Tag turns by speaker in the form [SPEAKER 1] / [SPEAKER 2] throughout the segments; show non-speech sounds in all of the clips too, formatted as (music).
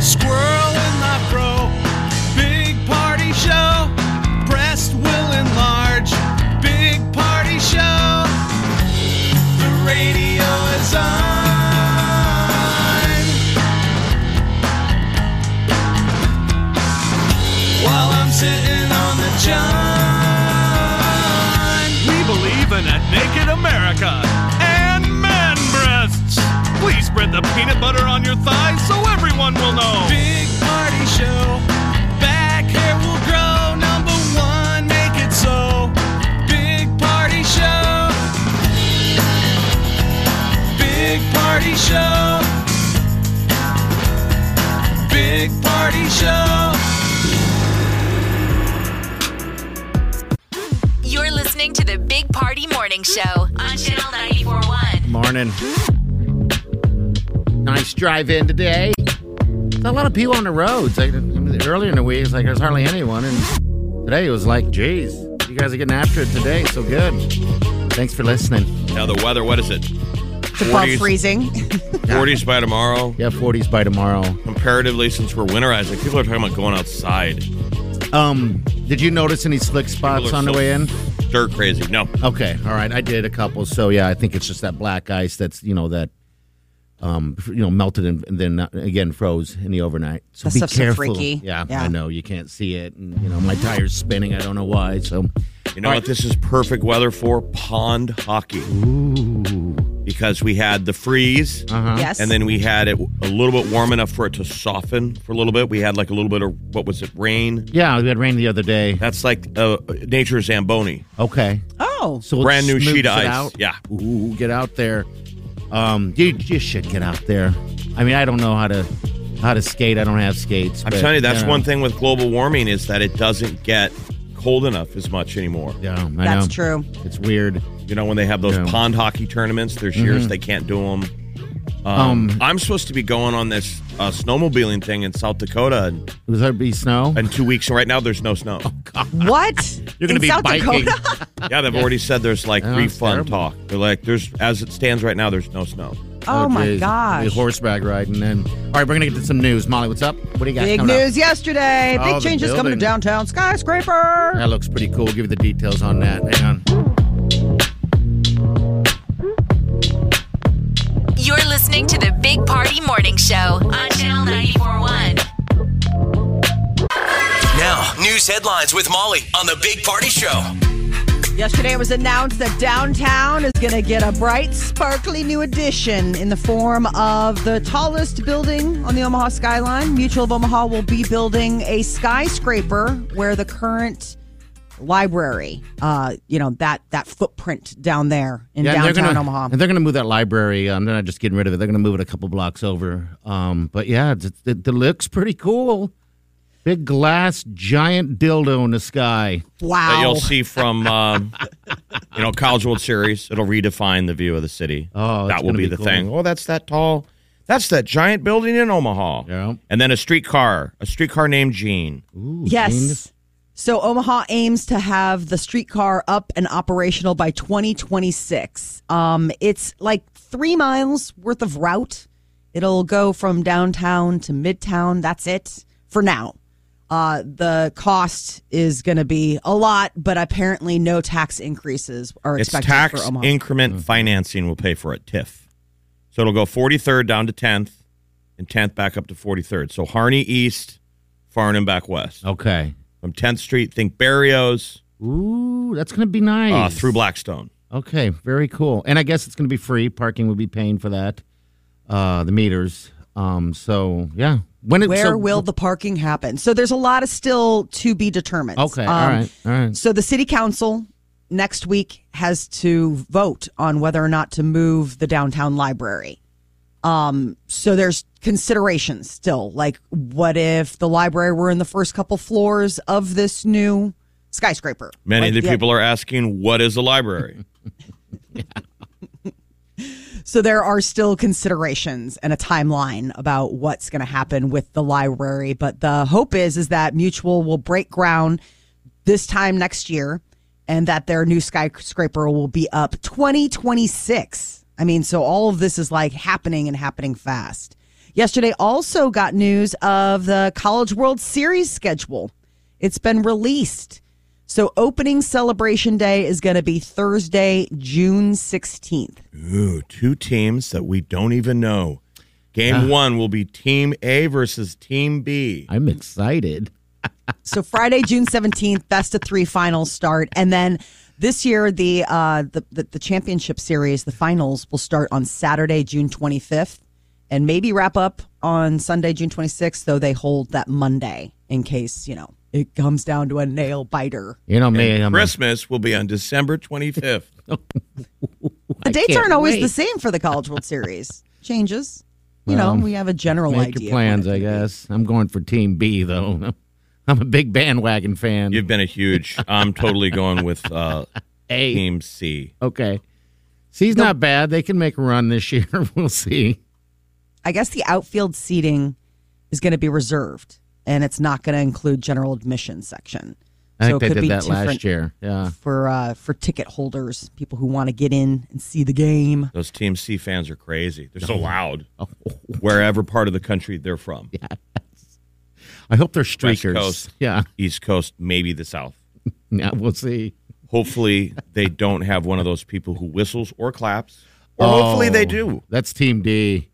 [SPEAKER 1] Squirrel in the fro, big party show. Breast will enlarge, big party show. The radio is on. While I'm sitting on the john. We believe in a naked America and man breasts. Please spread the peanut butter on your thighs so everyone will know. Big party show. Back hair will grow. Number one, make it so. Big party show. Big party show. Big party show.
[SPEAKER 2] You're listening to the Big Party Morning Show on Channel 941.
[SPEAKER 3] Morning. Nice drive in today. There's a lot of people on the roads. Like, I mean, earlier in the week, it's like there's hardly anyone. And today it was like, geez, you guys are getting after it today. So good. Thanks for listening.
[SPEAKER 4] Now the weather, what is it?
[SPEAKER 5] It's above
[SPEAKER 4] 40s.
[SPEAKER 5] freezing.
[SPEAKER 4] (laughs) 40s by tomorrow.
[SPEAKER 3] Yeah, 40s by tomorrow.
[SPEAKER 4] Comparatively, since we're winterizing, people are talking about going outside.
[SPEAKER 3] Um, did you notice any slick spots
[SPEAKER 4] People are
[SPEAKER 3] on the
[SPEAKER 4] so
[SPEAKER 3] way in?
[SPEAKER 4] Dirt crazy. No.
[SPEAKER 3] Okay, all right. I did a couple, so yeah, I think it's just that black ice that's you know that, um, f- you know, melted and, and then uh, again froze in the overnight. So
[SPEAKER 5] That
[SPEAKER 3] be
[SPEAKER 5] stuff's so
[SPEAKER 3] careful.
[SPEAKER 5] freaky.
[SPEAKER 3] Yeah,
[SPEAKER 5] Yeah.
[SPEAKER 3] I know you can't see it, and you know my tires spinning. I don't know why. So
[SPEAKER 4] You know what this is perfect weather for? Pond hockey. Because we had the freeze,
[SPEAKER 3] Uh-huh.
[SPEAKER 5] Yes.
[SPEAKER 4] and then we had it a little bit warm enough for it to soften for a little bit. We had like a little bit of, what was it, rain?
[SPEAKER 3] yeah, we had rain the other day.
[SPEAKER 4] That's like uh, nature's Zamboni.
[SPEAKER 3] Okay,
[SPEAKER 5] oh,
[SPEAKER 3] so it
[SPEAKER 4] Brand new
[SPEAKER 3] smooths it
[SPEAKER 4] sheet of ice.
[SPEAKER 3] Out.
[SPEAKER 4] Yeah.
[SPEAKER 3] Ooh, get out there. Um, you, you should get out there. I mean, I don't know how to how to skate. I don't have skates.
[SPEAKER 4] I'm
[SPEAKER 3] but,
[SPEAKER 4] telling you, that's
[SPEAKER 3] know.
[SPEAKER 4] one thing with global warming is that it doesn't get cold enough as much anymore.
[SPEAKER 3] Yeah, I
[SPEAKER 5] that's
[SPEAKER 3] know.
[SPEAKER 5] true.
[SPEAKER 3] It's weird.
[SPEAKER 4] You know, when they have those
[SPEAKER 3] Yeah. Mm-hmm.
[SPEAKER 4] pond hockey tournaments, there's years they can't do them. Um,
[SPEAKER 3] Um,
[SPEAKER 4] I'm supposed to be going on this uh, snowmobiling thing in South Dakota in,
[SPEAKER 3] Was there be snow?
[SPEAKER 4] in two weeks, and right now there's no snow.
[SPEAKER 3] Oh,
[SPEAKER 5] What?
[SPEAKER 3] You're gonna
[SPEAKER 5] In
[SPEAKER 3] be
[SPEAKER 5] South
[SPEAKER 3] biking.
[SPEAKER 5] Dakota?
[SPEAKER 3] (laughs)
[SPEAKER 5] Oh
[SPEAKER 4] yeah, they've already said there's like
[SPEAKER 3] Oh, that's
[SPEAKER 4] refund
[SPEAKER 3] terrible.
[SPEAKER 4] talk. They're like, there's as it stands right now, there's no snow.
[SPEAKER 5] Oh, my
[SPEAKER 3] geez. Be
[SPEAKER 5] gosh.
[SPEAKER 3] horseback riding. Then, all right, we're gonna get to some news. Molly, what's up? What do you got?
[SPEAKER 5] Big
[SPEAKER 3] coming up?
[SPEAKER 5] news yesterday.
[SPEAKER 3] Oh, the
[SPEAKER 5] Big changes coming to
[SPEAKER 3] building.
[SPEAKER 5] downtown skyscraper.
[SPEAKER 3] That looks pretty cool. We'll give you the details on that. Hang on.
[SPEAKER 2] You're listening to the Big Party Morning Show on Channel 941.
[SPEAKER 6] Now, news headlines with Molly on the Big Party Show.
[SPEAKER 5] Yesterday, it was announced that downtown is going to get a bright, sparkly new addition in the form of the tallest building on the Omaha skyline. Mutual of Omaha will be building a skyscraper where the current library, uh, you know, that that footprint down there in
[SPEAKER 3] and
[SPEAKER 5] downtown
[SPEAKER 3] gonna,
[SPEAKER 5] Omaha.
[SPEAKER 3] And they're gonna move that library. Um, they're not just getting rid of it. They're gonna move it a couple blocks over. Um, but yeah, it, it, it looks pretty cool. Big glass giant dildo in the sky.
[SPEAKER 4] That
[SPEAKER 5] Wow.
[SPEAKER 4] you'll see from, um, you know, College World Series. It'll redefine the view of the city.
[SPEAKER 3] Oh, it's
[SPEAKER 4] that will
[SPEAKER 3] gonna
[SPEAKER 4] be,
[SPEAKER 3] be
[SPEAKER 4] the
[SPEAKER 3] cool.
[SPEAKER 4] thing. Oh, that's that tall. That's that giant building in Omaha.
[SPEAKER 3] Yeah.
[SPEAKER 4] And then a streetcar, a streetcar named Gene.
[SPEAKER 3] Ooh,
[SPEAKER 5] Yes.
[SPEAKER 3] genius.
[SPEAKER 5] So Omaha aims to have the streetcar up and operational by 2026. Um, it's like three miles worth of route. It'll go from downtown to midtown. That's it for now. Uh, the cost is going to be a lot, but apparently no tax increases are
[SPEAKER 4] It's
[SPEAKER 5] expected
[SPEAKER 4] tax
[SPEAKER 5] for Omaha.
[SPEAKER 4] increment
[SPEAKER 3] Mm-hmm.
[SPEAKER 4] financing will pay for it, TIF. So it'll go 43rd down to 10th and 10th back up to 43rd. So Harney East, Farnham back west.
[SPEAKER 3] Okay.
[SPEAKER 4] From 10th Street, think Barrios
[SPEAKER 3] Ooh, that's gonna be nice.
[SPEAKER 4] uh, through Blackstone.
[SPEAKER 3] Okay, very cool. And I guess it's going to be free. Parking will be paying for that, uh, the meters. Um, so yeah, when it,
[SPEAKER 5] Where
[SPEAKER 3] so-
[SPEAKER 5] will the parking happen? So there's a lot of still to be determined. Um,
[SPEAKER 3] Okay, all right, all right.
[SPEAKER 5] So the city council next week has to vote on whether or not to move the downtown library. Um, so there's considerations still. Like, what if the library were in the first couple floors of this new skyscraper?
[SPEAKER 4] Many
[SPEAKER 5] Like,
[SPEAKER 4] of the
[SPEAKER 5] yeah.
[SPEAKER 4] people are asking, what is
[SPEAKER 3] (laughs)
[SPEAKER 4] a library?
[SPEAKER 5] So there are still considerations and a timeline about what's going to happen with the library, but the hope is is that Mutual will break ground this time next year and that their new skyscraper will be up 2026. I mean, so all of this is like happening and happening fast. Yesterday also got news of the College World Series schedule. It's been released. So opening celebration day is going to be Thursday, June 16th.
[SPEAKER 4] Ooh, two teams that we don't even know. Game one will be Team A versus Team B.
[SPEAKER 3] I'm excited.
[SPEAKER 5] So Friday, June seventeenth, best of three finals start, and then this year the uh, the, the the championship series, the finals will start on Saturday, June twenty fifth, and maybe wrap up on Sunday, June twenty sixth. Though they hold that Monday in case you know it comes down to a nail biter.
[SPEAKER 3] You know me.
[SPEAKER 4] And
[SPEAKER 3] I'm a-
[SPEAKER 4] Christmas will be on December 25th.
[SPEAKER 5] The dates
[SPEAKER 3] can't
[SPEAKER 5] aren't always the
[SPEAKER 3] wait.
[SPEAKER 5] same for the College World Series. Changes. You
[SPEAKER 3] Well,
[SPEAKER 5] know, we have a general
[SPEAKER 3] Make
[SPEAKER 5] idea.
[SPEAKER 3] your plans, I guess. I'm going for Team B, though. (laughs) I'm a big bandwagon fan.
[SPEAKER 4] (laughs) You've been a huge. I'm totally going with uh,
[SPEAKER 3] (laughs) A.
[SPEAKER 4] Team C.
[SPEAKER 3] Okay. C's not bad. They can make a run this (laughs) year. we'll see.
[SPEAKER 5] I guess the outfield seating is going to be reserved, and it's not going to include general admission section.
[SPEAKER 3] I
[SPEAKER 5] it
[SPEAKER 3] think
[SPEAKER 5] could
[SPEAKER 3] they
[SPEAKER 5] be
[SPEAKER 3] did that
[SPEAKER 5] different
[SPEAKER 3] last year. Yeah.
[SPEAKER 5] for uh, for ticket holders, people who want to get in and see the game.
[SPEAKER 4] Those Team C fans are crazy.
[SPEAKER 3] (laughs)
[SPEAKER 4] They're so loud.
[SPEAKER 3] Oh.
[SPEAKER 4] Wherever part of the country they're from.
[SPEAKER 3] I hope they're
[SPEAKER 4] West
[SPEAKER 3] streakers.
[SPEAKER 4] Coast,
[SPEAKER 3] (laughs) Yeah.
[SPEAKER 4] East Coast, maybe the South.
[SPEAKER 3] Yeah, we'll see.
[SPEAKER 4] Hopefully they don't have one of those people who whistles or claps. Or hopefully they
[SPEAKER 3] Oh,
[SPEAKER 4] do.
[SPEAKER 3] That's Team D.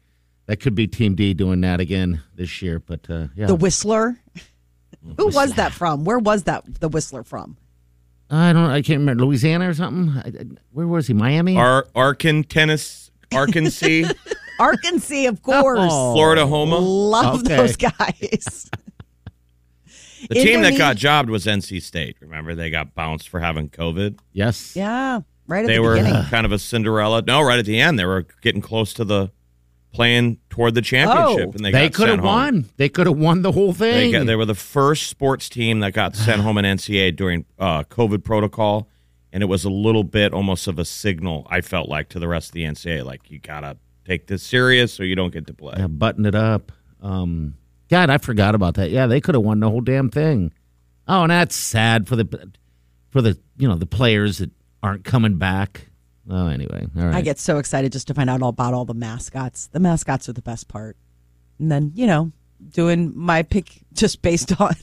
[SPEAKER 3] That could be Team D doing that again this year. But uh, yeah,
[SPEAKER 5] The Whistler. Who was that from? Where was that the Whistler from?
[SPEAKER 3] I don't. I can't remember Louisiana or something. I, I- where was he? Miami.
[SPEAKER 4] Ar- Arkin, tennis,
[SPEAKER 5] (laughs)
[SPEAKER 4] Arkansas,
[SPEAKER 5] Arkansas,
[SPEAKER 3] (laughs)
[SPEAKER 5] of course.
[SPEAKER 4] Florida, Homa.
[SPEAKER 5] Love
[SPEAKER 3] Oh, Okay.
[SPEAKER 5] those guys. (laughs)
[SPEAKER 4] The team that
[SPEAKER 5] Indone-
[SPEAKER 4] got jobbed was NC State. Remember, they got bounced for having COVID.
[SPEAKER 3] yes.
[SPEAKER 5] Yeah, right at
[SPEAKER 4] They
[SPEAKER 5] the
[SPEAKER 4] were
[SPEAKER 5] beginning.
[SPEAKER 4] kind of a Cinderella. No, right at the end, they were getting close to the playing toward the championship,
[SPEAKER 5] Oh.
[SPEAKER 4] and
[SPEAKER 3] They,
[SPEAKER 4] they, got
[SPEAKER 3] could
[SPEAKER 4] sent
[SPEAKER 3] have
[SPEAKER 4] home.
[SPEAKER 3] won. They could have won the whole
[SPEAKER 4] They,
[SPEAKER 3] thing.
[SPEAKER 4] got, they were the first sports team that got sent home in NCAA during uh, COVID protocol, and it was a little bit almost of a signal. I felt like to the rest of the NCAA, like you gotta take this serious or you don't get to play.
[SPEAKER 3] yeah, button it up. Um, God, I forgot about that. Yeah, they could have won the whole damn thing. Oh, and that's sad for the for the you know the players that aren't coming back. Oh, anyway, all right.
[SPEAKER 5] I get so excited just to find out all about all the mascots. The mascots are the best part. And then, you know, doing my pick just based (laughs) on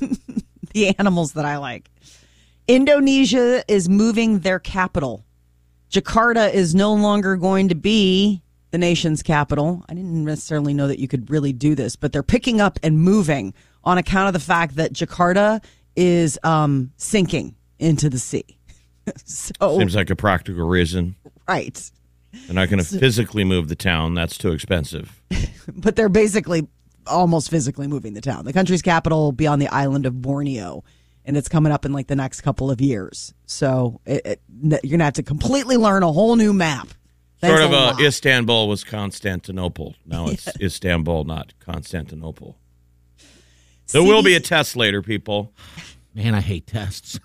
[SPEAKER 5] the animals that I like. Indonesia is moving their capital. Jakarta is no longer going to be the nation's capital. I didn't necessarily know that you could really do this, but they're picking up and moving on account of the fact that Jakarta is um, sinking into the sea. (laughs) so,
[SPEAKER 4] Seems like a practical reason.
[SPEAKER 5] right.
[SPEAKER 4] They're not going to physically move the town. That's too expensive.
[SPEAKER 5] but they're basically almost physically moving the town. The country's capital will be on the island of Borneo, and it's coming up in like the next couple of years. So it, it, n- you're gonna have to completely learn a whole new map. Thanks
[SPEAKER 4] sort of
[SPEAKER 5] a
[SPEAKER 4] uh,
[SPEAKER 5] lot.
[SPEAKER 4] Istanbul was Constantinople.
[SPEAKER 5] (laughs)
[SPEAKER 4] Now it's Istanbul, not Constantinople. There will be a test later, people.
[SPEAKER 3] Man, I hate tests.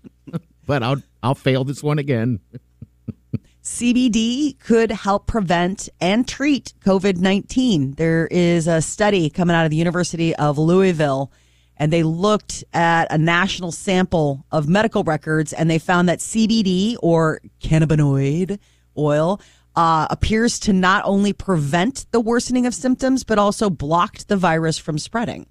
[SPEAKER 3] (laughs) but I'll I'll fail this one again.
[SPEAKER 5] CBD could help prevent and treat COVID 19. There is a study coming out of the University of Louisville, and they looked at a national sample of medical records and they found that CBD or cannabinoid oil uh, appears to not only prevent the worsening of symptoms, but also blocked the virus from spreading.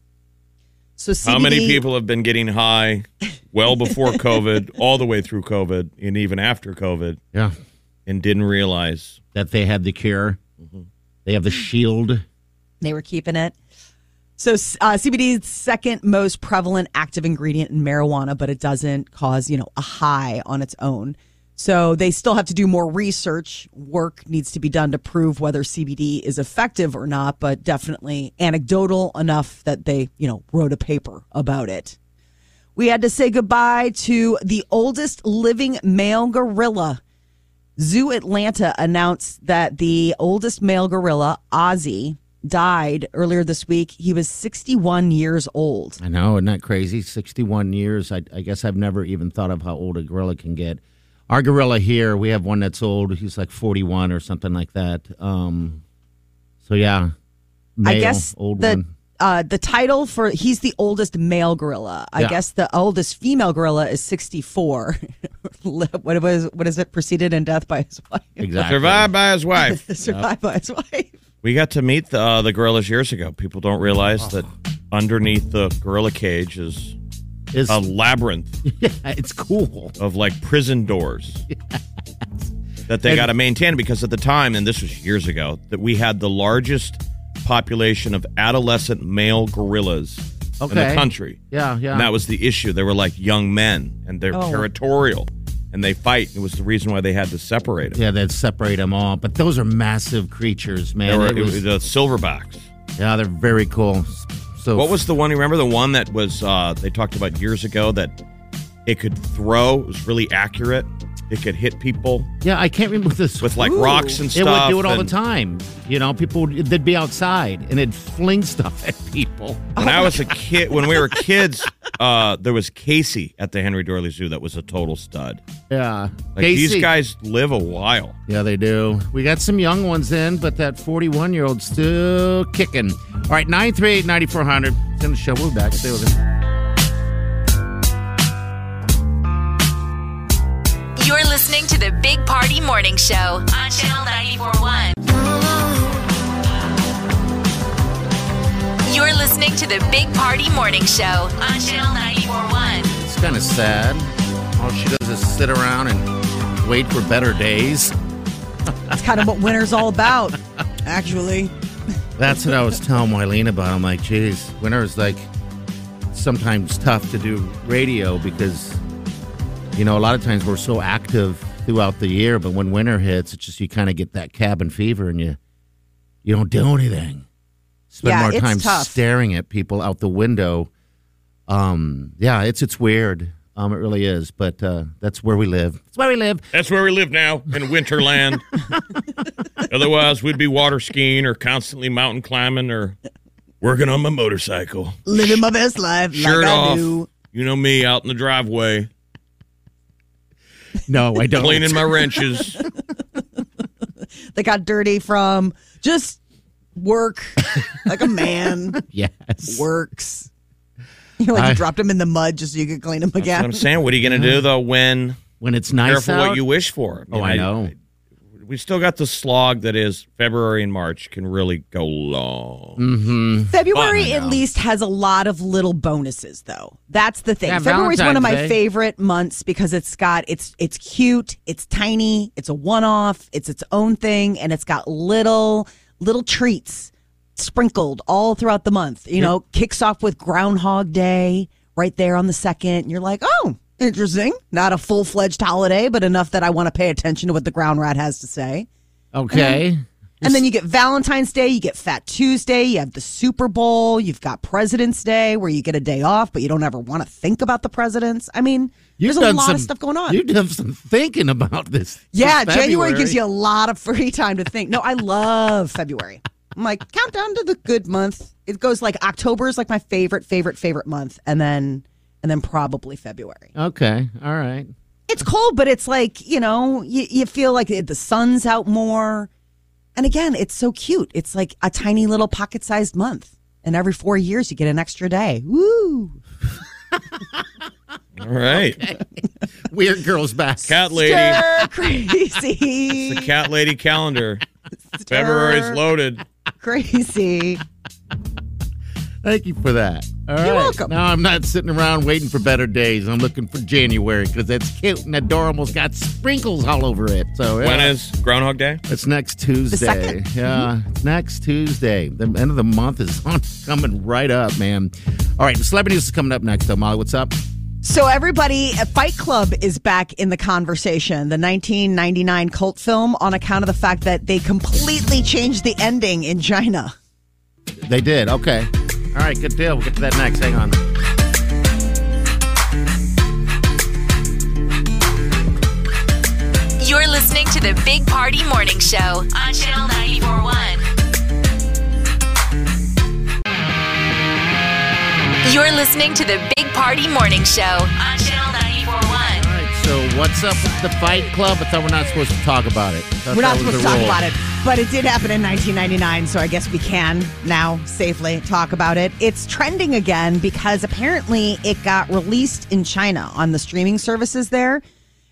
[SPEAKER 5] So, CBD,
[SPEAKER 4] How many people have been
[SPEAKER 5] (laughs)
[SPEAKER 4] getting high well before COVID, all the way through COVID, and even after COVID,
[SPEAKER 3] Yeah,
[SPEAKER 4] and didn't realize?
[SPEAKER 3] that they had the cure.
[SPEAKER 5] Mm-hmm.
[SPEAKER 3] They have the shield.
[SPEAKER 5] They were keeping it. So uh, CBD is second most prevalent active ingredient in marijuana, but it doesn't cause you know a high on its own. So they still have to do more research. Work needs to be done to prove whether CBD is effective or not, but definitely anecdotal enough that they you know wrote a paper about it. We had to say goodbye to the oldest living male gorilla. Zoo Atlanta announced that the oldest male gorilla, Ozzy, died earlier this week. He was 61 years old.
[SPEAKER 3] I know, isn't that crazy? 61 years. I, I guess I've never even thought of how old a gorilla can get. Our gorilla here, we have one that's old. He's like 41 or something like that. Um, so, yeah.
[SPEAKER 5] I
[SPEAKER 3] Male,
[SPEAKER 5] guess
[SPEAKER 3] old
[SPEAKER 5] the
[SPEAKER 3] one.
[SPEAKER 5] uh, the title for he's the oldest male gorilla. I
[SPEAKER 3] Yeah.
[SPEAKER 5] guess the oldest female gorilla is 64. (laughs) what was what is it? Preceded in death by his (laughs) wife.
[SPEAKER 3] Exactly.
[SPEAKER 4] Survived by his
[SPEAKER 5] (laughs)
[SPEAKER 4] wife.
[SPEAKER 5] Survived by his wife.
[SPEAKER 4] We got to meet the, uh, the gorillas years ago. People don't realize that
[SPEAKER 5] Oh.
[SPEAKER 4] underneath the gorilla cage is
[SPEAKER 3] It's, (laughs)
[SPEAKER 4] a labyrinth
[SPEAKER 3] it's cool.
[SPEAKER 4] of like
[SPEAKER 3] (laughs)
[SPEAKER 4] prison doors that they got to maintain because at the time, and this was years ago, that we had the largest population of adolescent male gorillas in the
[SPEAKER 3] Okay.
[SPEAKER 4] country.
[SPEAKER 3] Yeah, yeah.
[SPEAKER 4] And that was the issue. They were like young men and they're
[SPEAKER 5] Oh.
[SPEAKER 4] territorial and they fight. It was the reason why they had to separate them.
[SPEAKER 3] yeah, they'd separate them all. But those are massive creatures,
[SPEAKER 4] They
[SPEAKER 3] man.
[SPEAKER 4] were,
[SPEAKER 3] It
[SPEAKER 4] it
[SPEAKER 3] was-
[SPEAKER 4] was the silverbacks.
[SPEAKER 3] yeah, they're very cool. So
[SPEAKER 4] What was the one? Remember the one that was uh, they talked about years ago that it could throw. It was really accurate. It could hit people
[SPEAKER 3] Yeah, I can't remember this.
[SPEAKER 4] with like rocks and
[SPEAKER 3] It would
[SPEAKER 4] stuff.
[SPEAKER 3] do it all the
[SPEAKER 4] and
[SPEAKER 3] time. You know, people would- they'd be outside and it'd fling stuff (laughs) at people.
[SPEAKER 4] When I was a kid, when we were kids, uh, there was Casey at the Henry Dorley Zoo that was a total stud.
[SPEAKER 3] Yeah,
[SPEAKER 4] Like
[SPEAKER 3] Casey.
[SPEAKER 4] these guys live a while.
[SPEAKER 3] Yeah, they do. We got some young ones in, but that 41 year old still kicking. All right, 938 9400. It's in the show. We'll be back. Stay with us.
[SPEAKER 2] You're listening to the Big Party Morning Show on Channel 941. You're listening to the Big Party Morning Show on Channel 941.
[SPEAKER 3] It's kind of sad. All she does is sit around and wait for better days.
[SPEAKER 5] That's kind of what winter's all about,
[SPEAKER 3] (laughs)
[SPEAKER 5] actually.
[SPEAKER 3] That's what I was telling Wileen about. I'm like, geez, winter is like sometimes tough to do radio because, you know, a lot of times we're so active throughout the year, but when winter hits, it's just you kind of get that cabin fever and you you don't do anything. Spend
[SPEAKER 5] Yeah,
[SPEAKER 3] more
[SPEAKER 5] it's
[SPEAKER 3] time
[SPEAKER 5] tough.
[SPEAKER 3] staring at people out the window. Um, yeah, it's it's weird. Um, it really is, but uh, that's where we live. That's where we live.
[SPEAKER 4] That's where we live now in
[SPEAKER 3] (laughs)
[SPEAKER 4] Winterland. Otherwise, we'd be water skiing or constantly mountain climbing or working on my motorcycle.
[SPEAKER 5] Living my best life
[SPEAKER 4] Shirt off. You know me out in the driveway.
[SPEAKER 3] No, I don't.
[SPEAKER 4] cleaning my wrenches.
[SPEAKER 5] They got dirty from just work like a
[SPEAKER 3] (laughs)
[SPEAKER 5] man
[SPEAKER 3] (laughs) Yes.
[SPEAKER 5] (laughs) works. You know, like
[SPEAKER 3] I-
[SPEAKER 5] you dropped them in the mud just so you could clean them
[SPEAKER 4] That's what
[SPEAKER 5] again.
[SPEAKER 4] I'm saying. What are you going to do though when
[SPEAKER 3] When it's nice
[SPEAKER 4] careful
[SPEAKER 3] out.
[SPEAKER 4] what you wish for?
[SPEAKER 3] oh, I know.
[SPEAKER 4] we still got the slog that is February and March can really go long.
[SPEAKER 5] February
[SPEAKER 4] Fun, I
[SPEAKER 5] at
[SPEAKER 4] know.
[SPEAKER 5] least has a lot of little bonuses though. That's the thing.
[SPEAKER 3] Yeah,
[SPEAKER 5] February's one of my
[SPEAKER 3] Valentine's Day.
[SPEAKER 5] favorite months because it's got it's it's cute, it's tiny, it's a one-off, it's its own thing and it's got little little treats sprinkled all throughout the month. You know, kicks off with Groundhog Day right there on the 2nd and you're like, "Oh, interesting. Not a full-fledged holiday, but enough that I want to pay attention to what the ground rat has to say."
[SPEAKER 3] Okay.
[SPEAKER 5] And then you get Valentine's Day, you get Fat Tuesday, you have the Super Bowl, you've got President's Day where you get a day off, but you don't ever want to think about the presidents. I mean,
[SPEAKER 3] You've
[SPEAKER 5] there's a
[SPEAKER 3] done
[SPEAKER 5] lot
[SPEAKER 3] some-
[SPEAKER 5] of stuff going on.
[SPEAKER 3] You did some thinking about this.
[SPEAKER 5] yeah,
[SPEAKER 3] this
[SPEAKER 5] January gives you a lot of free time to think. No, I love February. I'm like, countdown to the good month. It goes like October is like my favorite, favorite, favorite month, and then and then probably February.
[SPEAKER 3] Okay. All right.
[SPEAKER 5] It's cold, but it's like, you know, you, you feel like it, the sun's out more. And again, it's so cute. It's like a tiny little pocket sized month. And every four years, you get an extra day. Woo!
[SPEAKER 4] All right,
[SPEAKER 3] Weird girls back.
[SPEAKER 4] cat lady,
[SPEAKER 5] Stir (laughs) crazy.
[SPEAKER 4] the cat lady calendar. February's
[SPEAKER 5] Stir
[SPEAKER 4] loaded.
[SPEAKER 5] Crazy.
[SPEAKER 3] Thank you for that. All right.
[SPEAKER 5] welcome.
[SPEAKER 3] Now I'm not sitting around waiting for better days. I'm looking for January because that's cute and adorable's got sprinkles all over it. So yeah.
[SPEAKER 4] When is Groundhog Day?
[SPEAKER 3] it's next Tuesday.
[SPEAKER 5] second?
[SPEAKER 3] yeah, it's next Tuesday. The end of the month is (laughs) on coming right up, man. All right, celebrity news is coming up next though. Molly, what's up?
[SPEAKER 5] So everybody, uh, Fight Club is back in the conversation. The 1999 cult film on account of the fact that they completely changed the ending in China.
[SPEAKER 3] They did. Okay. All right, good deal. We'll get to that next. Hang on.
[SPEAKER 2] the Big Party Morning Show on Channel 941. You're listening to the Big Party Morning Show on Channel 941.
[SPEAKER 3] All right, so what's up with the Fight Club? I thought we're not supposed to talk about it. I thought
[SPEAKER 7] We're not
[SPEAKER 3] that was
[SPEAKER 7] supposed
[SPEAKER 3] the
[SPEAKER 7] to talk
[SPEAKER 3] rule.
[SPEAKER 7] about it, but it did happen in 1999, so I guess we can now safely talk about it.
[SPEAKER 5] It's trending again because apparently it got released in China on the streaming services there.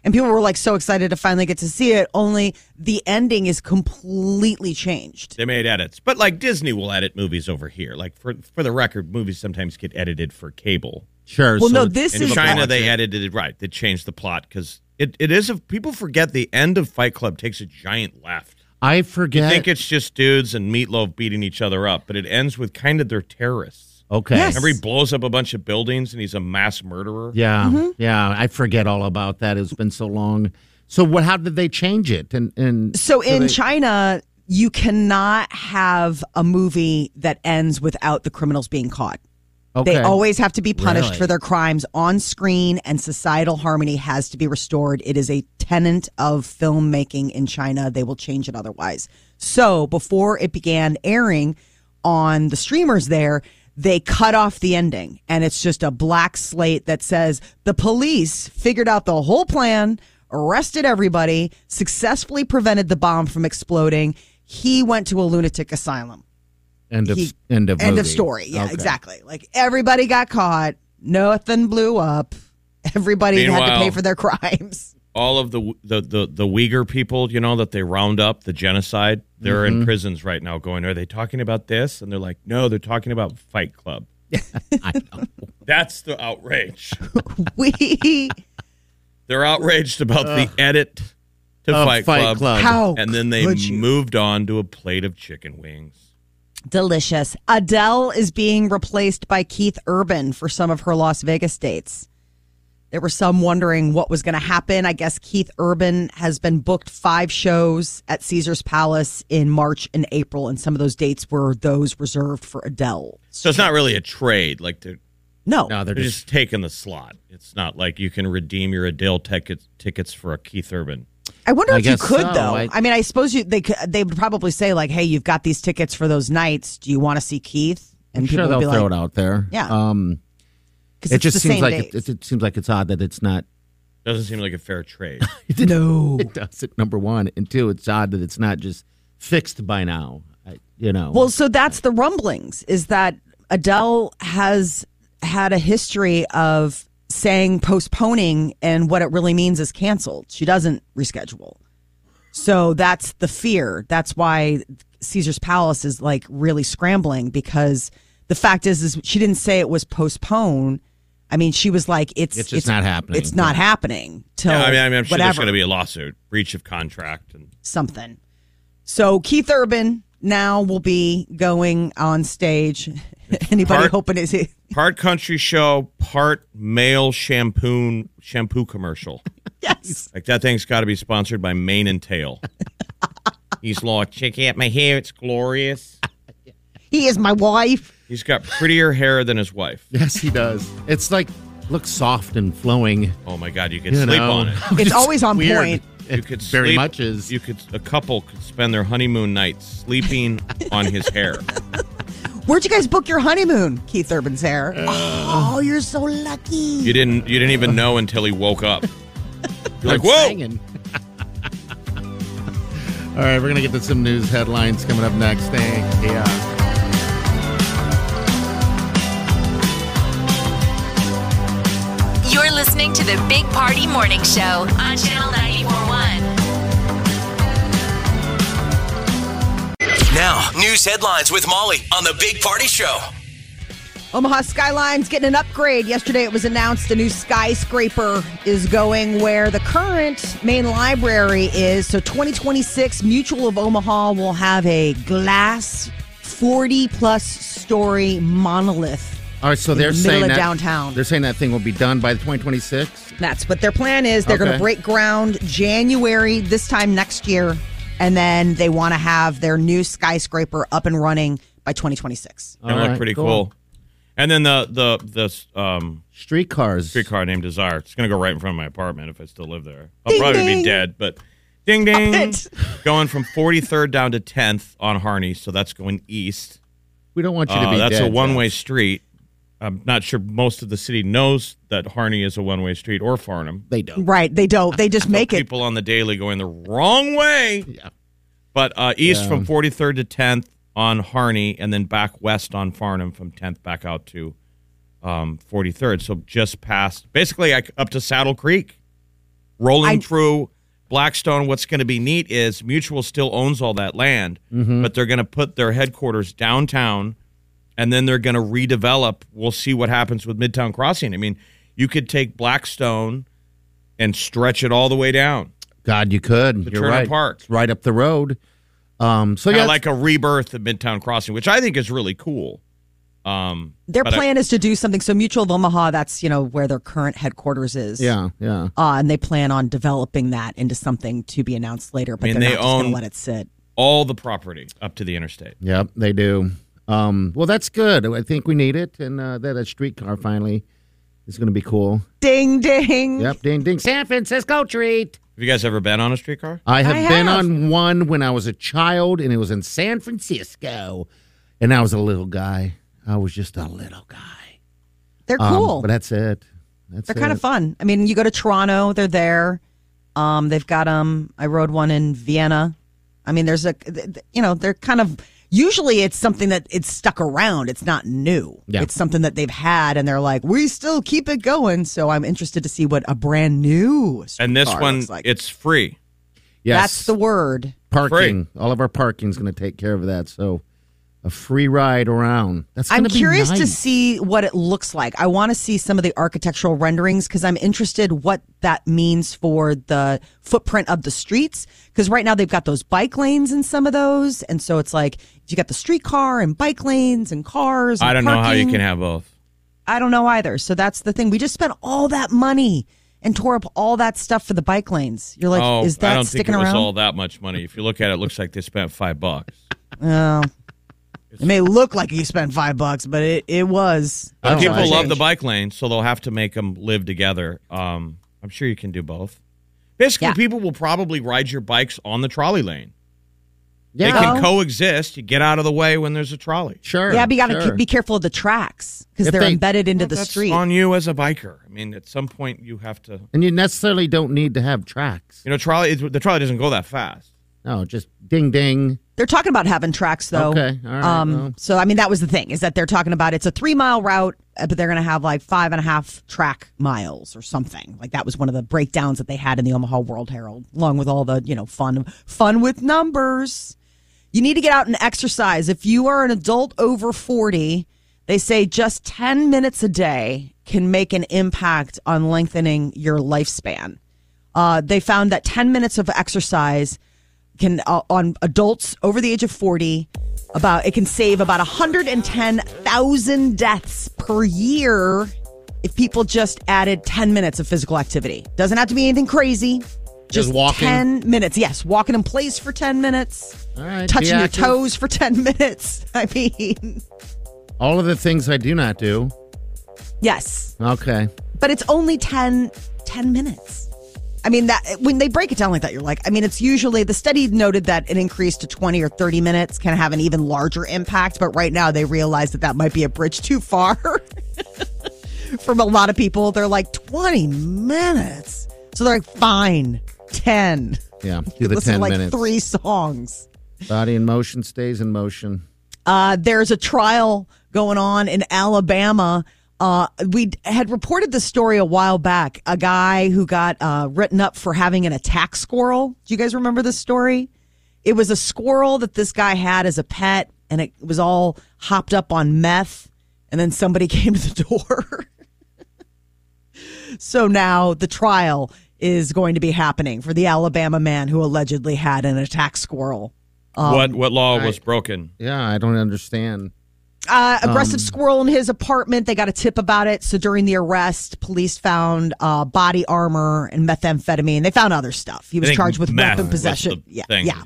[SPEAKER 5] And people were like so excited to finally get to see it, only the ending is completely changed.
[SPEAKER 4] They made edits, but like Disney will edit movies over here. Like for for the record, movies sometimes get edited for cable.
[SPEAKER 3] Sure.
[SPEAKER 5] Well,
[SPEAKER 3] so
[SPEAKER 5] no, this
[SPEAKER 4] In
[SPEAKER 5] is
[SPEAKER 4] China, they edited it right. They changed the plot because it, it is. A, people forget the end of Fight Club takes a giant left.
[SPEAKER 3] I
[SPEAKER 4] I
[SPEAKER 3] forget.
[SPEAKER 4] think it's just dudes and Meatloaf beating each other up, but it ends with kind of they're terrorists.
[SPEAKER 3] okay.
[SPEAKER 5] Yes.
[SPEAKER 4] Remember, he blows up a bunch of buildings and he's a mass murderer.
[SPEAKER 3] Yeah,
[SPEAKER 5] Mm-hmm.
[SPEAKER 3] yeah. I forget all about that. It's been so long. So what? How did they change it? And and
[SPEAKER 5] So in
[SPEAKER 3] they-
[SPEAKER 5] China, you cannot have a movie that ends without the criminals being caught.
[SPEAKER 3] okay.
[SPEAKER 5] They always have to be punished
[SPEAKER 3] Really?
[SPEAKER 5] for their crimes on screen, and societal harmony has to be restored. It is a tenet of filmmaking in China. They will change it otherwise. So before it began airing on the streamers there, they cut off the ending, and it's just a black slate that says the police figured out the whole plan, arrested everybody, successfully prevented the bomb from exploding. He went to a lunatic asylum
[SPEAKER 3] end of
[SPEAKER 5] he-
[SPEAKER 3] end of
[SPEAKER 5] end
[SPEAKER 3] movie.
[SPEAKER 5] of story. Yeah,
[SPEAKER 3] Okay.
[SPEAKER 5] exactly. Like everybody got caught. Nothing blew up. Everybody had to
[SPEAKER 4] Meanwhile-
[SPEAKER 5] pay for their (laughs) crimes.
[SPEAKER 4] All of the, the the the Uyghur people, you know, that they round up, the genocide, they're
[SPEAKER 3] Mm-hmm.
[SPEAKER 4] in prisons right now going, Are they talking about this? And they're like, No, they're talking about Fight Club.
[SPEAKER 3] (laughs) I know.
[SPEAKER 4] That's the outrage.
[SPEAKER 5] We
[SPEAKER 4] They're outraged about the edit to
[SPEAKER 3] Of
[SPEAKER 4] Fight,
[SPEAKER 3] Fight
[SPEAKER 4] Club.
[SPEAKER 3] Club.
[SPEAKER 5] How
[SPEAKER 4] And then they
[SPEAKER 5] Oh, could you?
[SPEAKER 4] moved on to a plate of chicken wings.
[SPEAKER 5] delicious. Adele is being replaced by Keith Urban for some of her Las Vegas dates. There were some wondering what was going to happen. I guess Keith Urban has been booked five shows at Caesar's Palace in March and April, and some of those dates were those reserved for Adele.
[SPEAKER 4] So it's not really a trade. Like they're
[SPEAKER 3] No, they're
[SPEAKER 4] They're
[SPEAKER 3] just
[SPEAKER 4] just taking the slot. It's not like you can redeem your Adele tickets tickets for a Keith Urban.
[SPEAKER 5] I wonder
[SPEAKER 3] I
[SPEAKER 5] if you
[SPEAKER 3] guess
[SPEAKER 5] could
[SPEAKER 3] so.
[SPEAKER 5] though. I,
[SPEAKER 3] I-
[SPEAKER 5] mean, I suppose you they could, they would probably say like, "Hey, you've got these tickets for those nights. Do you want to see Keith?"
[SPEAKER 3] I'm sure they'll
[SPEAKER 5] would
[SPEAKER 3] throw it out there.
[SPEAKER 5] Yeah.
[SPEAKER 3] Um.
[SPEAKER 5] 'cause
[SPEAKER 3] It
[SPEAKER 5] it's
[SPEAKER 3] just
[SPEAKER 5] the
[SPEAKER 3] seems
[SPEAKER 5] same
[SPEAKER 3] like
[SPEAKER 5] dates.
[SPEAKER 3] it, it, seems like it's odd that it's not. (laughs)
[SPEAKER 4] Doesn't seem like a fair trade.
[SPEAKER 5] no.
[SPEAKER 3] It doesn't. Number one and two, it's odd that it's not just fixed by now. I, you know.
[SPEAKER 5] Well, so that's the rumblings is that Adele has had a history of saying postponing and what it really means is canceled. She doesn't reschedule. So that's the fear. That's why Caesar's Palace is like really scrambling because the fact is is she didn't say it was postponed. I mean, she was like it's
[SPEAKER 3] It's just not happening.
[SPEAKER 5] It's not happening till
[SPEAKER 4] I mean, I mean, I'm sure there's
[SPEAKER 5] whatever
[SPEAKER 4] going to be a lawsuit, breach of contract, and
[SPEAKER 5] something. So Keith Urban now will be going on stage. (laughs) Anybody
[SPEAKER 4] Part-
[SPEAKER 5] hoping is
[SPEAKER 4] (laughs)
[SPEAKER 5] he?
[SPEAKER 4] part country show, part male shampoo shampoo commercial.
[SPEAKER 5] Yes.
[SPEAKER 4] Like that thing's got to be sponsored by Mane and Tail. He's like, check out my hair; it's glorious.
[SPEAKER 5] He is my wife.
[SPEAKER 4] He's got prettier hair than his wife.
[SPEAKER 3] yes, he does. It's like looks soft and flowing.
[SPEAKER 4] Oh my God, you could
[SPEAKER 3] You
[SPEAKER 4] sleep
[SPEAKER 3] know. (laughs)
[SPEAKER 4] on it.
[SPEAKER 5] It's
[SPEAKER 3] Just
[SPEAKER 5] always on
[SPEAKER 3] weird.
[SPEAKER 5] point.
[SPEAKER 3] It
[SPEAKER 4] You could
[SPEAKER 3] very
[SPEAKER 4] sleep-
[SPEAKER 3] much is.
[SPEAKER 4] You could a couple could spend their honeymoon nights sleeping on his hair.
[SPEAKER 5] Where'd you guys book your honeymoon? Keith Urban's hair. oh, you're so lucky.
[SPEAKER 4] Uh, You didn't you didn't even know until he woke up. You're like, whoa!
[SPEAKER 3] singing. (laughs) All right, we're gonna get to some news headlines coming up next. Thanks. Yeah.
[SPEAKER 2] You're listening to the Big Party Morning Show on Channel 941.
[SPEAKER 6] Now, news headlines with Molly on the Big Party Show.
[SPEAKER 5] Omaha Skyline's getting an upgrade. Yesterday it was announced a new skyscraper is going where the current main library is. So 2026 Mutual of Omaha will have a glass 40 plus story monolith.
[SPEAKER 3] All right, so they're
[SPEAKER 5] Middle
[SPEAKER 3] saying
[SPEAKER 5] of
[SPEAKER 3] that
[SPEAKER 5] downtown.
[SPEAKER 3] They're saying that thing will be done by 2026.
[SPEAKER 5] That's what their plan is. They're going to
[SPEAKER 3] Okay.
[SPEAKER 5] break ground January this time next year and then they want to have their new skyscraper up and running by 2026.
[SPEAKER 4] That looked pretty cool. And then the the this um,
[SPEAKER 3] Street cars.
[SPEAKER 4] streetcar named Desire. It's gonna go right in front of my apartment if I still live there. I'll probably be dead, but Ding ding.
[SPEAKER 5] it.
[SPEAKER 4] (laughs) Going from 43rd down to 10th on Harney, so that's going east.
[SPEAKER 3] We don't want you to
[SPEAKER 4] Uh,
[SPEAKER 3] be
[SPEAKER 4] that's
[SPEAKER 3] dead,
[SPEAKER 4] a
[SPEAKER 3] Josh.
[SPEAKER 4] one-way street. I'm not sure most of the city knows that Harney is a one-way street or Farnham.
[SPEAKER 3] They don't.
[SPEAKER 5] Right. They don't. They
[SPEAKER 4] (laughs)
[SPEAKER 5] just make it.
[SPEAKER 4] People on the daily going the wrong way.
[SPEAKER 3] Yeah.
[SPEAKER 4] But uh, east
[SPEAKER 3] Yeah.
[SPEAKER 4] from 43rd to 10th on Harney, and then back west on Farnham from 10th back out to um, 43rd. So just past, basically I, up to Saddle Creek, rolling
[SPEAKER 5] I-
[SPEAKER 4] through Blackstone. What's going to be neat is Mutual still owns all that land,
[SPEAKER 3] Mm-hmm.
[SPEAKER 4] but they're going to put their headquarters downtown, and then they're going to redevelop. We'll see what happens with Midtown Crossing. I mean, you could take Blackstone and stretch it all the way down.
[SPEAKER 3] God, you could.
[SPEAKER 4] To
[SPEAKER 3] You're
[SPEAKER 4] Turner
[SPEAKER 3] right.
[SPEAKER 4] Park.
[SPEAKER 3] It's right up the road. Um, so
[SPEAKER 4] Kinda
[SPEAKER 3] yeah,
[SPEAKER 4] like a rebirth of Midtown Crossing, which I think is really cool. Um,
[SPEAKER 5] Their
[SPEAKER 4] but I-
[SPEAKER 5] plan is to do something. So Mutual of Omaha, that's you know where their current headquarters is.
[SPEAKER 3] yeah, yeah.
[SPEAKER 5] Uh, and they plan on developing that into something to be announced later. But
[SPEAKER 4] mean,
[SPEAKER 5] they're
[SPEAKER 4] they
[SPEAKER 5] not just going
[SPEAKER 4] own-
[SPEAKER 5] to let it sit.
[SPEAKER 4] all the property up to the interstate.
[SPEAKER 3] Yep, they do. Um, well, that's good. I think we need it, and uh, that, that streetcar finally is going to be cool.
[SPEAKER 5] Ding ding.
[SPEAKER 3] Yep, ding ding. San Francisco treat.
[SPEAKER 4] Have you guys ever been on a streetcar?
[SPEAKER 3] I have,
[SPEAKER 5] I
[SPEAKER 3] been
[SPEAKER 5] have.
[SPEAKER 3] on one when I was a child, and it was in San Francisco, and I was a little guy. I was just a little guy.
[SPEAKER 5] They're
[SPEAKER 3] Um,
[SPEAKER 5] cool.
[SPEAKER 3] but that's it. That's
[SPEAKER 5] They're kind
[SPEAKER 3] it.
[SPEAKER 5] of fun. I mean, you go to Toronto, they're there. Um, they've got um, I rode one in Vienna. I mean, there's a, th- th- you know, they're kind of usually it's something that it's stuck around. It's not new.
[SPEAKER 3] Yeah.
[SPEAKER 5] It's something that they've had, and they're like, we still keep it going. So I'm interested to see what a brand new
[SPEAKER 4] And this
[SPEAKER 5] streetcar
[SPEAKER 4] one,
[SPEAKER 5] looks like.
[SPEAKER 4] it's free.
[SPEAKER 3] Yes.
[SPEAKER 5] that's the word.
[SPEAKER 3] parking. All of our parking's going to take care of that. So a free ride around. That's.
[SPEAKER 5] I'm
[SPEAKER 3] gonna be
[SPEAKER 5] curious to
[SPEAKER 3] nice.
[SPEAKER 5] see what it looks like. I want to see some of the architectural renderings because I'm interested what that means for the footprint of the streets. Because right now they've got those bike lanes in some of those, and so it's like you got the streetcar and bike lanes and cars. And
[SPEAKER 4] I don't know how you
[SPEAKER 5] parking.
[SPEAKER 4] can have both.
[SPEAKER 5] I don't know either. So that's the thing. We just spent all that money and tore up all that stuff for the bike lanes. You're like,
[SPEAKER 4] oh,
[SPEAKER 5] is
[SPEAKER 4] I
[SPEAKER 5] that
[SPEAKER 4] don't think
[SPEAKER 5] sticking
[SPEAKER 4] it was
[SPEAKER 5] around?
[SPEAKER 4] all that much money. If you look at it, it looks like they spent five
[SPEAKER 5] (laughs)
[SPEAKER 4] bucks.
[SPEAKER 5] Oh. It may look like you spent five bucks, but it, it was.
[SPEAKER 3] I don't
[SPEAKER 4] People
[SPEAKER 3] like
[SPEAKER 4] love
[SPEAKER 3] it.
[SPEAKER 4] the bike lane, so they'll have to make them live together. Um, I'm sure you can do both. Basically,
[SPEAKER 5] Yeah.
[SPEAKER 4] people will probably ride your bikes on the trolley lane.
[SPEAKER 3] Yeah.
[SPEAKER 4] They can coexist. You get out of the way when there's a trolley.
[SPEAKER 3] sure.
[SPEAKER 5] Oh. Yeah, but you got to
[SPEAKER 3] sure.
[SPEAKER 5] be careful of the tracks because
[SPEAKER 3] If
[SPEAKER 5] they're
[SPEAKER 3] they-
[SPEAKER 5] embedded into
[SPEAKER 4] Well,
[SPEAKER 5] the
[SPEAKER 4] that's
[SPEAKER 5] street.
[SPEAKER 4] on you as a biker. I mean, at some point you have to.
[SPEAKER 3] And you necessarily don't need to have tracks.
[SPEAKER 4] You know, trolley. it's- The trolley doesn't go that fast.
[SPEAKER 3] No, just ding ding.
[SPEAKER 5] They're talking about having tracks though.
[SPEAKER 3] Okay, all right,
[SPEAKER 5] um,
[SPEAKER 3] well.
[SPEAKER 5] So I mean, that was the thing is that they're talking about it's a three mile route, uh, but they're going to have like five and a half track miles or something. Like that was one of the breakdowns that they had in the Omaha World Herald, along with all the you know fun fun with numbers. You need to get out and exercise. If you are an adult over 40, they say just 10 minutes a day can make an impact on lengthening your lifespan. Uh, they found that 10 minutes of exercise can uh, on adults over the age of 40 about it can save about 110,000 deaths per year if people just added 10 minutes of physical activity. Doesn't have to be anything crazy. Just,
[SPEAKER 3] walking.
[SPEAKER 5] 10 minutes. Yes, walking in place for 10 minutes
[SPEAKER 3] All right, be
[SPEAKER 5] touching your
[SPEAKER 3] active.
[SPEAKER 5] toes for (laughs) 10 minutes. I mean,
[SPEAKER 3] All of the things I do not do.
[SPEAKER 5] yes,
[SPEAKER 3] Okay.
[SPEAKER 5] but it's only 10, 10 minutes. I mean, that when they break it down like that, you're like, I mean, it's usually the study noted that an increase to 20 or 30 minutes can have an even larger impact. But right now, they realize that that might be a bridge too far (laughs) from a lot of people. They're like, 20 minutes. So they're like, fine, 10.
[SPEAKER 3] Yeah. Do the
[SPEAKER 5] Listen to
[SPEAKER 3] ten
[SPEAKER 5] like
[SPEAKER 3] minutes.
[SPEAKER 5] three songs.
[SPEAKER 3] Body in motion stays in motion.
[SPEAKER 5] Uh, there's a trial going on in Alabama. Uh, we had reported this story a while back. A guy who got uh, written up for having an attack squirrel. Do you guys remember this story? It was a squirrel that this guy had as a pet, and it was all hopped up on meth. And then somebody (laughs) came to the door. so now the trial is going to be happening for the Alabama man who allegedly had an attack squirrel. Um,
[SPEAKER 4] what what law was broken?
[SPEAKER 3] Yeah, I don't understand.
[SPEAKER 5] uh, aggressive
[SPEAKER 4] Um,
[SPEAKER 5] squirrel in his apartment. They got a tip about it. So during the arrest, police found uh, body armor and methamphetamine. They found other stuff. He
[SPEAKER 4] I
[SPEAKER 5] was
[SPEAKER 4] think
[SPEAKER 5] charged with
[SPEAKER 4] meth
[SPEAKER 5] weapon
[SPEAKER 4] was
[SPEAKER 5] possession.
[SPEAKER 4] the
[SPEAKER 5] yeah,
[SPEAKER 4] thing.
[SPEAKER 5] yeah,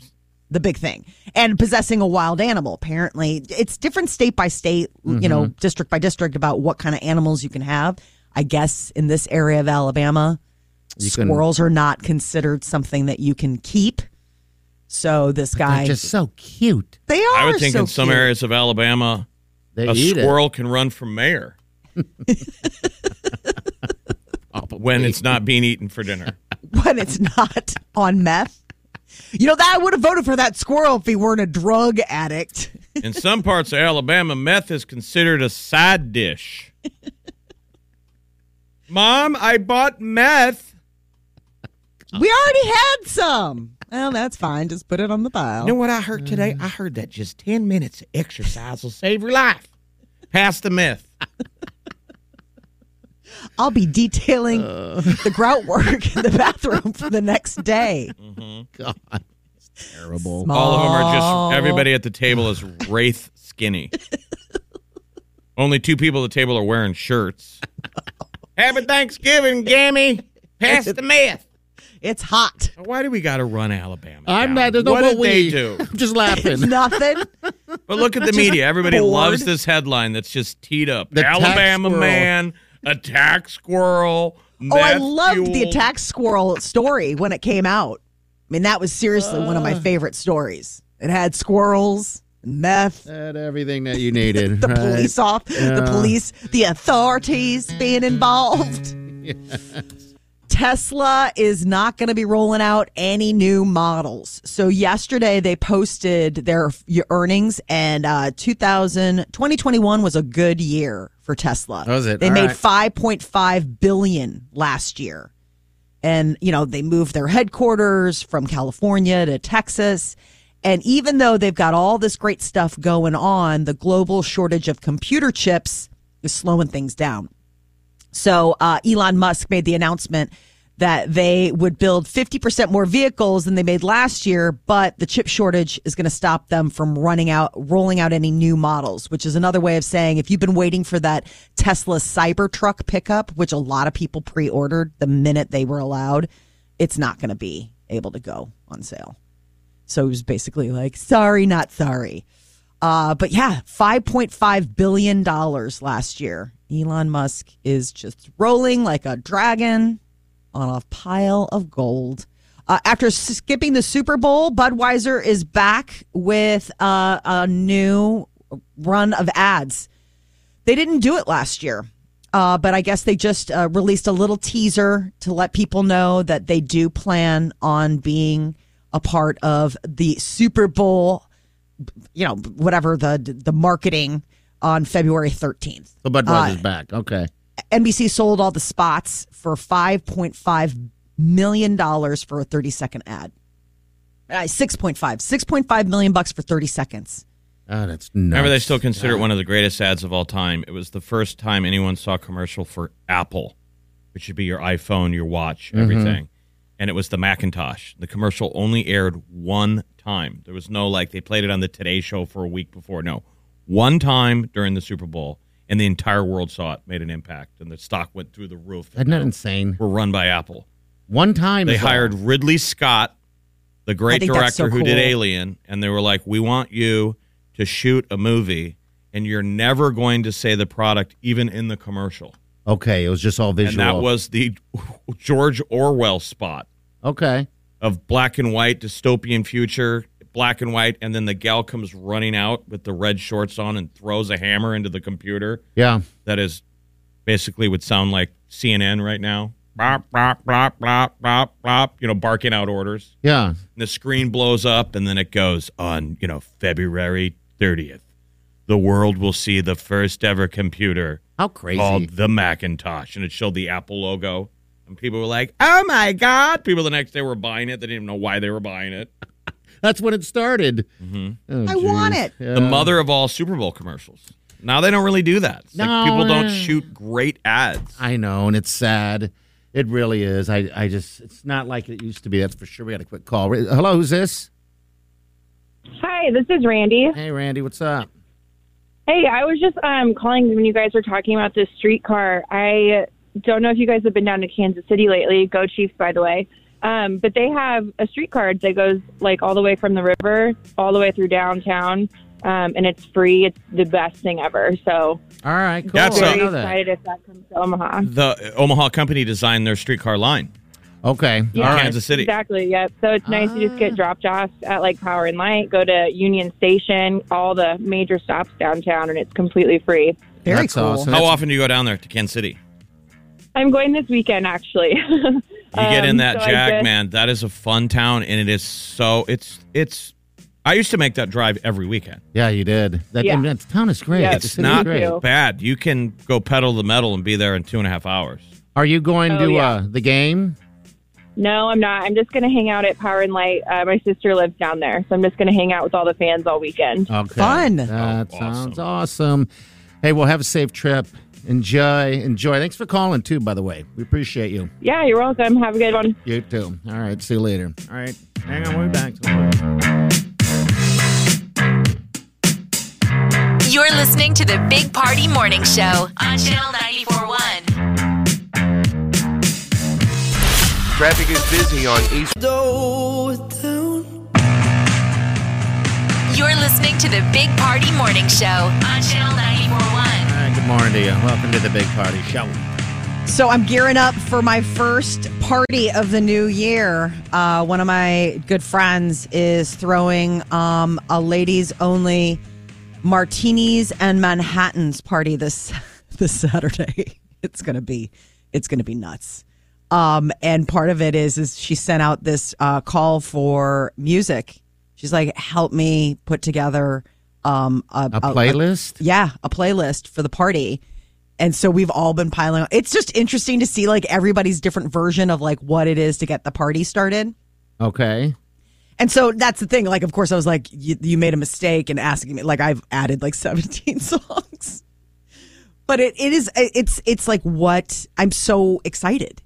[SPEAKER 5] the big thing, and possessing a wild animal. Apparently, it's different state by state.
[SPEAKER 4] Mm-hmm.
[SPEAKER 5] You know, district by district about what kind of animals you can have. I guess in this area of Alabama,
[SPEAKER 3] You couldn't-
[SPEAKER 8] Squirrels are not considered something that you can keep. So this guy,
[SPEAKER 3] They're just so cute.
[SPEAKER 8] they are.
[SPEAKER 4] I would think
[SPEAKER 8] so
[SPEAKER 4] in some
[SPEAKER 8] cute.
[SPEAKER 4] areas of Alabama,
[SPEAKER 3] They
[SPEAKER 4] a
[SPEAKER 3] eat
[SPEAKER 4] squirrel can run for mayor
[SPEAKER 3] (laughs) it.
[SPEAKER 4] when it's not being eaten for dinner.
[SPEAKER 5] when it's not on meth. You know that I would have voted for that squirrel if he weren't a drug addict.
[SPEAKER 4] In some parts of Alabama, meth is considered a side dish. Mom, I bought meth.
[SPEAKER 5] We already had some. Well, that's fine. Just put it on the pile.
[SPEAKER 4] You know what I heard today? I heard that just 10 minutes of exercise will save your life. Pass the myth.
[SPEAKER 5] I'll be detailing the grout work in the bathroom for the next day.
[SPEAKER 3] God, it's terrible.
[SPEAKER 4] All of them are just, everybody at the table is wraith (laughs) skinny. Only two people at the table are wearing shirts. Happy Thanksgiving, Gammy. Pass the myth.
[SPEAKER 5] It's hot.
[SPEAKER 4] Why do we got to run Alabama?
[SPEAKER 3] I'm
[SPEAKER 4] down?
[SPEAKER 3] not. There's no
[SPEAKER 4] what
[SPEAKER 3] but
[SPEAKER 4] did
[SPEAKER 3] we.
[SPEAKER 4] they do?
[SPEAKER 3] (laughs) I'm
[SPEAKER 5] (laughs)
[SPEAKER 3] just laughing.
[SPEAKER 5] Nothing.
[SPEAKER 4] But look at the media. Everybody loves this headline that's just teed up.
[SPEAKER 3] The tax
[SPEAKER 4] Alabama
[SPEAKER 3] squirrel.
[SPEAKER 4] man attack squirrel.
[SPEAKER 5] Oh, I
[SPEAKER 4] meth
[SPEAKER 5] loved the
[SPEAKER 4] fueled-
[SPEAKER 5] attack squirrel story when it came out. I mean, that was seriously one of my favorite stories. It had squirrels, meth,
[SPEAKER 3] Had everything that you needed.
[SPEAKER 5] the
[SPEAKER 3] right?
[SPEAKER 5] police off, the
[SPEAKER 3] Yeah.
[SPEAKER 5] police, the authorities being involved. Tesla is not going to be rolling out any new models. So yesterday they posted their your earnings and uh 2000 2021 was a good year for Tesla.
[SPEAKER 3] Was it?
[SPEAKER 5] They
[SPEAKER 3] All
[SPEAKER 5] made
[SPEAKER 3] right.
[SPEAKER 5] 5.5 billion last year. And you know, they moved their headquarters from California to Texas. And even though they've got all this great stuff going on, the global shortage of computer chips is slowing things down. So uh, Elon Musk made the announcement that they would build 50% more vehicles than they made last year, but the chip shortage is going to stop them from running out, rolling out any new models, which is another way of saying if you've been waiting for that Tesla Cybertruck pickup, which a lot of people pre ordered the minute they were allowed, it's not going to be able to go on sale. So it was basically like, sorry, not sorry. Uh, but yeah, $5.5 billion last year. Elon Musk is just rolling like a dragon on a pile of gold. Uh, after skipping the Super Bowl, Budweiser is back with uh, a new run of ads. They didn't do it last year, uh, but I guess they just uh, released a little teaser to let people know that they do plan on being a part of the Super Bowl you know whatever the the marketing on February 13th.
[SPEAKER 3] The Budweiser's back. Okay.
[SPEAKER 5] NBC sold all the spots for 5.5 million dollars for a 30 second ad. Uh, 6.5 6.5 million bucks for 30 seconds.
[SPEAKER 3] Oh, that's nuts.
[SPEAKER 4] Remember, they still consider it one of the greatest ads of all time. It was the first time anyone saw a commercial for Apple, which should be your iPhone, your watch,
[SPEAKER 3] Mm-hmm.
[SPEAKER 4] everything. And it was the Macintosh. The commercial only aired one time. There was no like they played it on the Today Show for a week before. No, one time during the Super Bowl, and the entire world saw it, made an impact, and the stock went through the roof.
[SPEAKER 3] Isn't that insane?
[SPEAKER 4] Were run by Apple.
[SPEAKER 3] One time
[SPEAKER 4] They
[SPEAKER 3] is all.
[SPEAKER 4] hired Ridley Scott, the great
[SPEAKER 5] think that's so
[SPEAKER 4] director who did
[SPEAKER 5] cool.
[SPEAKER 4] Alien, and they were like, "We want you to shoot a movie, and you're never going to say the product, even in the commercial."
[SPEAKER 3] Okay, it was just all visual.
[SPEAKER 4] And that was the (laughs) George Orwell spot
[SPEAKER 3] okay.
[SPEAKER 4] of black and white dystopian future, black and white, and then the gal comes running out with the red shorts on and throws a hammer into the computer.
[SPEAKER 3] Yeah.
[SPEAKER 4] That is basically would sound like CNN right now. Bop, bop, bop, bop, bop, bop, you know, barking out orders.
[SPEAKER 3] Yeah.
[SPEAKER 4] And the screen blows up and then it goes on you know february 30th the world will see the first ever computer
[SPEAKER 3] How crazy.
[SPEAKER 4] called the macintosh and it showed the apple logo and people were like oh my god people the next day were buying it they didn't even know why they were buying it
[SPEAKER 3] That's when it started. Oh,
[SPEAKER 5] I want it.
[SPEAKER 4] Mm-hmm. the mother of all super bowl commercials now they don't really do that It's like
[SPEAKER 3] No,
[SPEAKER 4] people don't
[SPEAKER 3] no.
[SPEAKER 4] shoot great ads
[SPEAKER 3] I know, and it's sad. It really is. I, I just, it's not like it used to be. That's for sure. We got a quick call. Hello, who's this?
[SPEAKER 9] Hi, this is Randy.
[SPEAKER 3] Hey, Randy, what's up?
[SPEAKER 9] Hey, I was just um, calling when you guys were talking about this streetcar. I don't know if you guys have been down to Kansas City lately. Go Chiefs, by the way. Um, but they have a streetcar that goes like all the way from the river all the way through downtown, um, and it's free. It's the best thing ever. So
[SPEAKER 3] All right, cool.
[SPEAKER 4] That's uh,
[SPEAKER 3] I
[SPEAKER 4] a-
[SPEAKER 9] very
[SPEAKER 3] know that.
[SPEAKER 9] excited if that comes to Omaha.
[SPEAKER 4] the omaha company designed their streetcar line
[SPEAKER 3] Okay.
[SPEAKER 9] Yeah,
[SPEAKER 3] All right.
[SPEAKER 4] Kansas City.
[SPEAKER 9] Exactly. Yep. So it's nice to just get dropped off at like Power and Light, go to Union Station, all the major stops downtown, and it's completely free.
[SPEAKER 5] Very
[SPEAKER 3] That's
[SPEAKER 5] cool.
[SPEAKER 3] awesome.
[SPEAKER 4] How often do you go down there to Kansas City?
[SPEAKER 9] I'm going this weekend actually. (laughs) you
[SPEAKER 4] You get in that jag, man. That is a fun town, and it is so. It's it's. I used to make that drive every weekend.
[SPEAKER 3] Yeah, you did. That,
[SPEAKER 9] Yeah.
[SPEAKER 3] I mean, that town is great.
[SPEAKER 9] Yeah,
[SPEAKER 3] The
[SPEAKER 4] It's
[SPEAKER 3] city is
[SPEAKER 4] not
[SPEAKER 3] great.
[SPEAKER 9] too.
[SPEAKER 4] bad. You can go pedal the metal and be there in two and a half hours.
[SPEAKER 3] Are you going
[SPEAKER 9] Oh,
[SPEAKER 3] to
[SPEAKER 9] yeah.
[SPEAKER 3] uh, the game?
[SPEAKER 9] No, I'm not. I'm just going to hang out at Power and Light. Uh, my sister lives down there, so I'm just going to hang out with all the fans all weekend.
[SPEAKER 3] Okay.
[SPEAKER 5] Fun.
[SPEAKER 3] That
[SPEAKER 4] Oh, awesome.
[SPEAKER 3] sounds awesome. Hey, well, have a safe trip. Enjoy. Enjoy. Thanks for calling, too, by the way. We appreciate you.
[SPEAKER 9] Yeah, you're welcome. Have a good one.
[SPEAKER 3] You, too. All right. See you later. All right. Hang on. We'll be back.
[SPEAKER 2] You're listening to the Big Party Morning Show on Channel 941.
[SPEAKER 10] Traffic is busy on East.
[SPEAKER 2] You're listening to the Big Party Morning Show on Channel 941.
[SPEAKER 3] All right. Good morning to you. Welcome to the big party show.
[SPEAKER 5] So I'm gearing up for my first party of the new year. Uh, one of my good friends is throwing um, a ladies only martinis and Manhattans party this (laughs) this Saturday. (laughs) It's gonna be it's gonna be nuts. Um, and part of it is is she sent out this uh, call for music. She's like, help me put together um, a,
[SPEAKER 3] A playlist?
[SPEAKER 5] yeah, a playlist for the party. And so we've all been piling on. It's just interesting to see like everybody's different version of like what it is to get the party started.
[SPEAKER 3] Okay.
[SPEAKER 5] And so that's the thing. Like, of course, I was like, you, you made a mistake in asking me. Like, I've added like (laughs) 17 songs. But it, it is, it's, it's like what I'm so excited.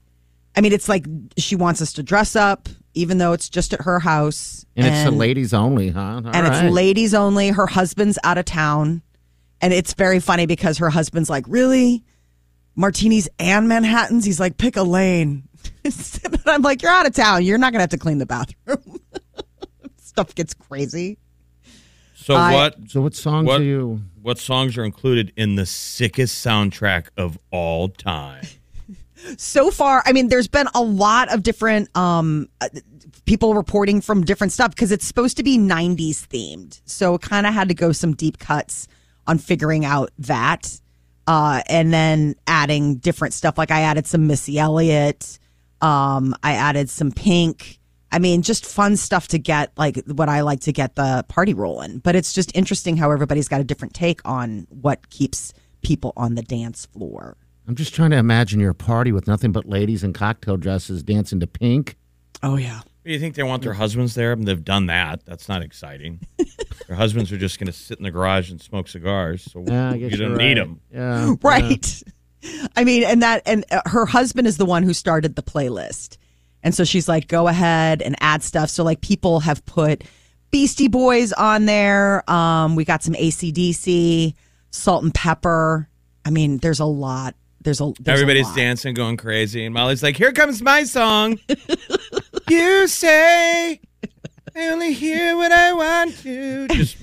[SPEAKER 5] I mean, it's like she wants us to dress up, even though it's just at her house.
[SPEAKER 3] And, it's the ladies only, huh? All
[SPEAKER 5] and it's
[SPEAKER 3] right.
[SPEAKER 5] ladies only. Her husband's out of town, and it's very funny because her husband's like, "Really, martinis and Manhattan's?" He's like, "Pick a lane." (laughs) And I'm like, "You're out of town. You're not gonna have to clean the bathroom." (laughs) Stuff gets crazy.
[SPEAKER 4] So
[SPEAKER 5] I-
[SPEAKER 4] what?
[SPEAKER 3] So, what songs
[SPEAKER 4] What?
[SPEAKER 3] are you?
[SPEAKER 4] What songs are included in the sickest soundtrack of all time?
[SPEAKER 5] So far, I mean, there's been a lot of different um, uh, people reporting from different stuff because it's supposed to be 90s themed. So it kind of had to go some deep cuts on figuring out that uh, and then adding different stuff. Like I added some Missy Elliott, um, I added some Pink. I mean, just fun stuff to get like what I like to get the party rolling. But it's just interesting how everybody's got a different take on what keeps people on the dance floor.
[SPEAKER 3] I'm just trying to imagine your party with nothing but ladies in cocktail dresses dancing to pink.
[SPEAKER 5] Oh, yeah.
[SPEAKER 4] You think they want their husbands there? They've done that. That's not exciting. their husbands are just going to sit in the garage and smoke cigars. So
[SPEAKER 3] Yeah, I
[SPEAKER 4] you
[SPEAKER 3] guess
[SPEAKER 4] don't
[SPEAKER 3] you're
[SPEAKER 4] need
[SPEAKER 3] right.
[SPEAKER 4] them.
[SPEAKER 5] (gasps)
[SPEAKER 3] Yeah.
[SPEAKER 5] (laughs) right i mean and that and uh, her husband is the one who started the playlist and so she's like go ahead and add stuff so like people have put beastie boys on there um we got some acdc salt and pepper i mean there's a lot there's a there's a
[SPEAKER 4] Everybody's
[SPEAKER 5] lot.
[SPEAKER 4] dancing, going crazy, and Molly's like, "Here comes my song." (laughs) you say, "I only hear what I want to." (laughs) Just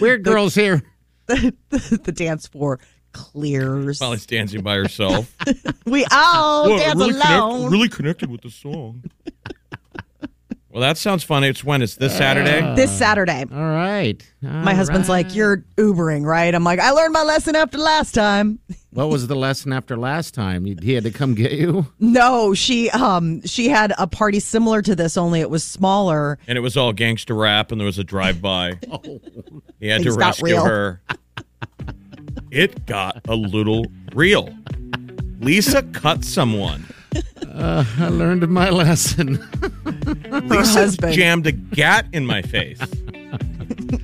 [SPEAKER 3] We're girls here.
[SPEAKER 5] (laughs) the dance floor clears
[SPEAKER 4] Molly's dancing
[SPEAKER 5] (laughs)
[SPEAKER 4] by herself.
[SPEAKER 5] we all
[SPEAKER 4] Whoa,
[SPEAKER 5] dance
[SPEAKER 4] connect-
[SPEAKER 5] alone
[SPEAKER 4] really connected with the song. (laughs) well, that sounds funny. It's when? It's this Saturday.
[SPEAKER 5] this saturday
[SPEAKER 3] All right. All
[SPEAKER 5] my husband's
[SPEAKER 3] right.
[SPEAKER 5] like you're ubering right i'm like i learned my lesson after last time
[SPEAKER 3] What was the lesson after last time? You- He had to come get you? (laughs)
[SPEAKER 5] No, she um she had a party similar to this, only it was smaller.
[SPEAKER 4] and it was all gangster rap, and there was a drive by. (laughs) He had to
[SPEAKER 5] Things got
[SPEAKER 4] rescue
[SPEAKER 5] real.
[SPEAKER 4] her. It got a little real. Lisa cut someone.
[SPEAKER 3] I learned my lesson.
[SPEAKER 5] Her husband.
[SPEAKER 4] Jammed a gat in
[SPEAKER 5] (laughs)
[SPEAKER 4] my face.